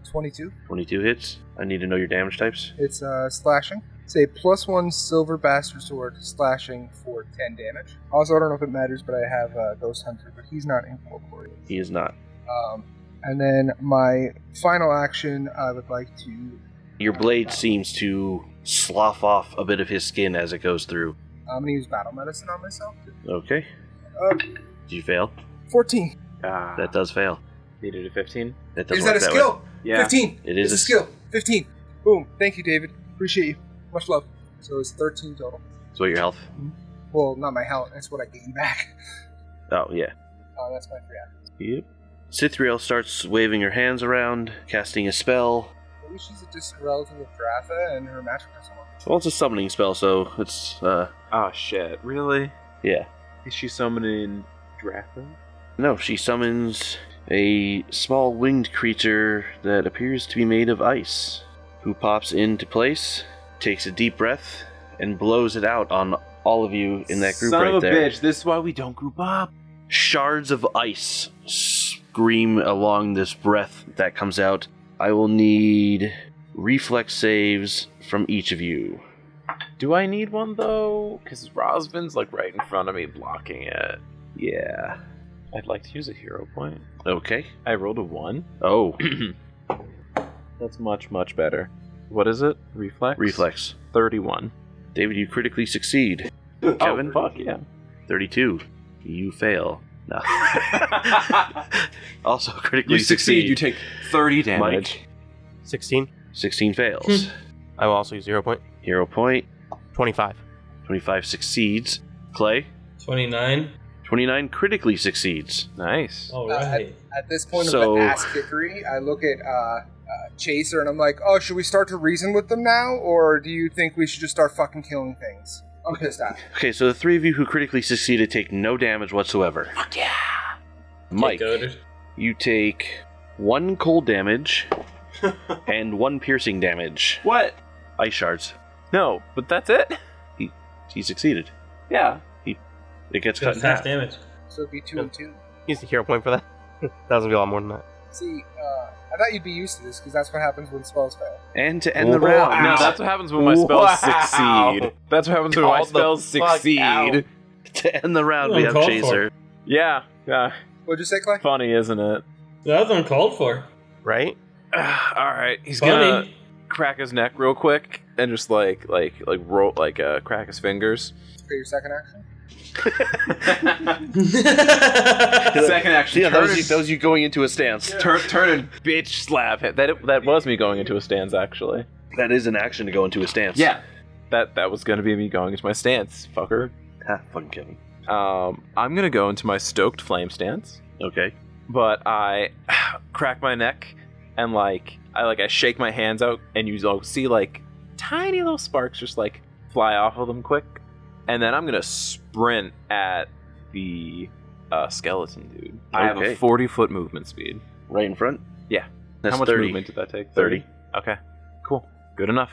C: Twenty-two.
A: 22 hits. I need to know your damage types.
C: It's uh, slashing. It's a plus one silver bastard sword slashing for ten damage. Also, I don't know if it matters, but I have uh, ghost hunter, but he's not incorporeal.
A: He is not.
C: Um, and then my final action, I would like to.
A: Your blade seems to slough off a bit of his skin as it goes through.
C: I'm gonna use battle medicine on myself.
A: Okay.
C: Uh,
A: Did you fail?
C: Fourteen.
B: Ah.
A: That does fail.
B: needed a 15.
A: That doesn't
C: Is that a
A: work way.
C: skill?
B: Yeah.
C: Fifteen.
A: It is
C: It's a
A: a-
C: skill. Fifteen. Boom. Thank you, David. Appreciate you. Much love. So it's thirteen total.
A: So your health?
C: Well, not my health. That's what I gain back.
A: Oh, yeah.
C: Uh, that's my free action.
A: Yep. Sithriel starts waving her hands around, casting a spell.
C: Maybe she's a distant relative of Dratha, and her magic doesn't work.
A: Well, it's a summoning spell, so it's, uh,
B: Oh, shit. Really?
A: yeah.
B: Is she summoning Dratha?
A: No, she summons a small winged creature that appears to be made of ice, who pops into place, takes a deep breath, and blows it out on all of you in that group
B: Son
A: right
B: of a
A: there.
B: bitch. This is why we don't group up.
A: Shards of ice scream along this breath that comes out. I will need reflex saves from each of you.
B: Do I need one, though? Because Rosvin's, like, right in front of me blocking it.
A: Yeah.
B: I'd like to use a hero point.
A: Okay.
B: I rolled a 1.
A: Oh,
B: That's much, much better. What is it? Reflex?
A: reflex.
B: 31.
A: David, you critically succeed. Kevin?
B: Oh, fuck yeah.
A: 32. You fail. No. also critically
B: you succeed, you take 30 damage.
A: Mike,
E: 16.
A: 16 fails.
E: I will also use zero point.
A: Hero point.
E: 25.
A: 25 succeeds. Clay,
D: 29?
A: 29 critically succeeds.
B: Nice.
D: All
C: Uh,
D: right.
C: At this point
A: So-
C: of the ass kickery, I look at uh, uh, Chaser and I'm like, oh, should we start to reason with them now, or do you think we should just start fucking killing things? I'm pissed off.
A: Okay, so the three of you who critically succeeded take no damage whatsoever. Fuck yeah! Mike,
D: Get goated.
A: you take one cold damage and one piercing damage.
B: What?
A: Ice shards.
B: No, but that's it?
A: He succeeded.
B: Yeah.
A: It gets cut
D: That's
A: in
D: half
A: half.
D: damage.
C: So it'd be two and two.
E: Use the hero point for that. Doesn't be a lot more than that.
C: See, uh, I thought you'd be used to this because that's what happens when spells fail.
A: And to end the
E: Wow.
A: round.
B: No, that's what happens when my spells
E: Wow.
B: succeed. That's what happens when my
E: Called the
B: spells
E: fuck out.
B: succeed.
A: to end the round, we have
D: Uncalled
A: Chaser.
B: Yeah. Yeah.
C: What'd you say, Clay?
B: Funny, isn't it?
D: That was uncalled for.
E: Right?
B: All right, he's gonna
D: Funny.
B: crack his neck real quick and just like like like roll like uh crack his fingers.
C: For your second action?
B: Second action,
A: Yeah, that
B: turn,
A: was, you,
B: and,
A: that was you going into a stance.
B: turn, turn and bitch slap him. That that was me going into a stance actually.
A: That is an action to go into a stance.
B: that that was gonna be me going into my stance, fucker.
A: Ha, fucking Kevin.
B: Um, I'm gonna go into my stoked flame stance.
A: Okay.
B: but I crack my neck and like I like I shake my hands out, and you like, see like tiny little sparks just like fly off of them quick, and then I'm gonna sprint at the uh, skeleton dude. I have
A: Okay.
B: a 40 foot movement speed.
A: Right in front?
B: Yeah.
A: That's
B: How much
A: 30.
B: movement did that take?
A: 30.
B: Okay, cool, good enough.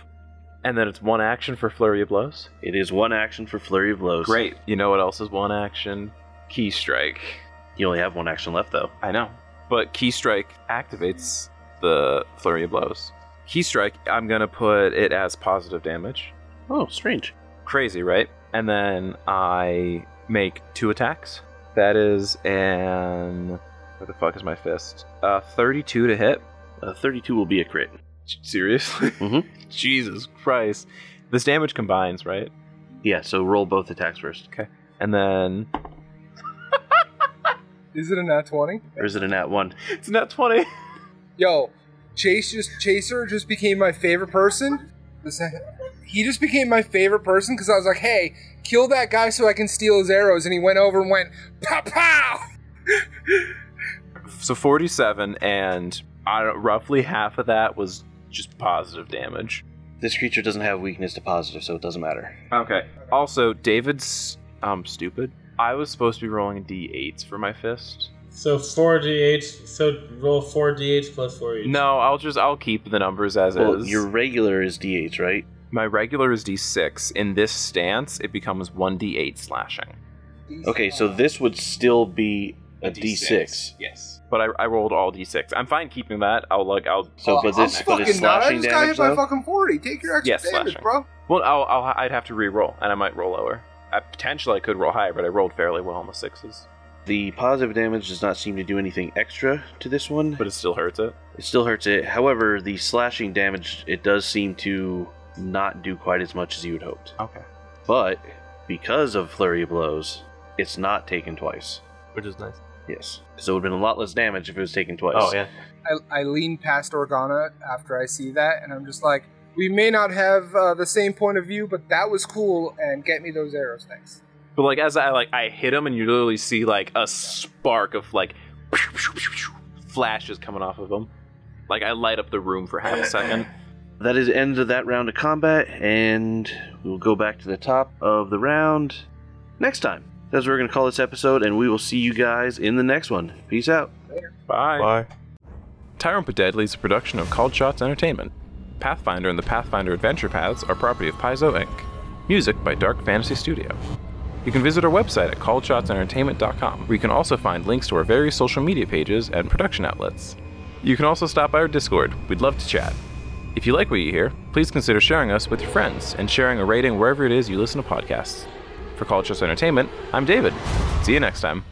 B: And then it's one action for flurry of blows.
A: It is one action for Flurry of Blows.
B: Great. You know what else is one action? Key strike.
A: You only have one action left, though.
B: I know. But Key Strike activates the Flurry of Blows. Key Strike, I'm going to put it as positive damage.
A: Oh, strange.
B: Crazy, right? And then I make two attacks. That is an. What the fuck is my fist? Uh, 32 to hit.
A: Uh, 32 will be a crit.
B: Seriously?
A: Mhm.
B: Jesus Christ. Mm-hmm. This damage combines, right?
A: Yeah, so roll both attacks first.
B: And then.
C: Is it a nat twenty?
A: Or is it a nat 1?
B: It's not 20.
C: Yo, Chase just Chaser just became my favorite person. The second- He just became my favorite person because I was like, "Hey, kill that guy so I can steal his arrows," and he went over and went pow pow.
B: So 47, and I don't, roughly half of that was just positive damage.
A: This creature doesn't have weakness to positive, so it doesn't matter.
B: Okay. Also, David's um stupid. I was supposed to be rolling d8s for my fist.
D: So four d8. So roll four d8 plus four. E each.
B: No, I'll just I'll keep the numbers as
A: Well,
B: is.
A: your regular is d8, right?
B: My regular is d6. In this stance, it becomes 1d8 slashing.
A: Okay, so this would still be a d6.
F: Yes.
B: But I, I rolled all d6. I'm fine keeping that. I'll like I'll
A: So,
C: Oh,
A: but
C: I'm
A: this, but it's
C: fucking not. I
A: slashing
C: just got
A: damage
C: hit by
A: though.
C: fucking forty. Take your extra
B: Yes,
C: damage,
B: slashing.
C: bro.
B: well I'll, I'll I'd have to re-roll, and I might roll lower. I potentially I could roll higher, but I rolled fairly well on the sixes.
A: The positive damage does not seem to do anything extra to this one.
B: But it still hurts it.
A: It still hurts it. However, the slashing damage it does seem to not do quite as much as you had hoped.
B: Okay.
A: But because of flurry of blows, it's not taken twice.
E: which is nice.
A: Yes, because it would have been a lot less damage if it was taken twice.
E: Oh yeah.
C: I, I lean past Organa after I see that, and I'm just like, "We may not have uh, the same point of view, but that was cool." And get me those arrows, thanks.
B: But like as I like I hit him and you literally see like a spark of like flashes coming off of him. Like I light up the room for half a second.
A: That is end of that round of combat, and we'll go back to the top of the round next time. That's what we're going to call this episode, and we will see you guys in the next one. Peace out.
B: Bye.
E: Bye.
B: Tyrone Peded leads the production of Called Shots Entertainment. Pathfinder and the Pathfinder Adventure Paths are property of Paizo Inc. Music by Dark Fantasy Studio. You can visit our website at calledshotsentertainment.com, where you can also find links to our various social media pages and production outlets. You can also stop by our Discord. We'd love to chat. If you like what you hear, please consider sharing us with your friends and sharing a rating wherever it is you listen to podcasts. For Called Shots Entertainment, I'm David. See you next time.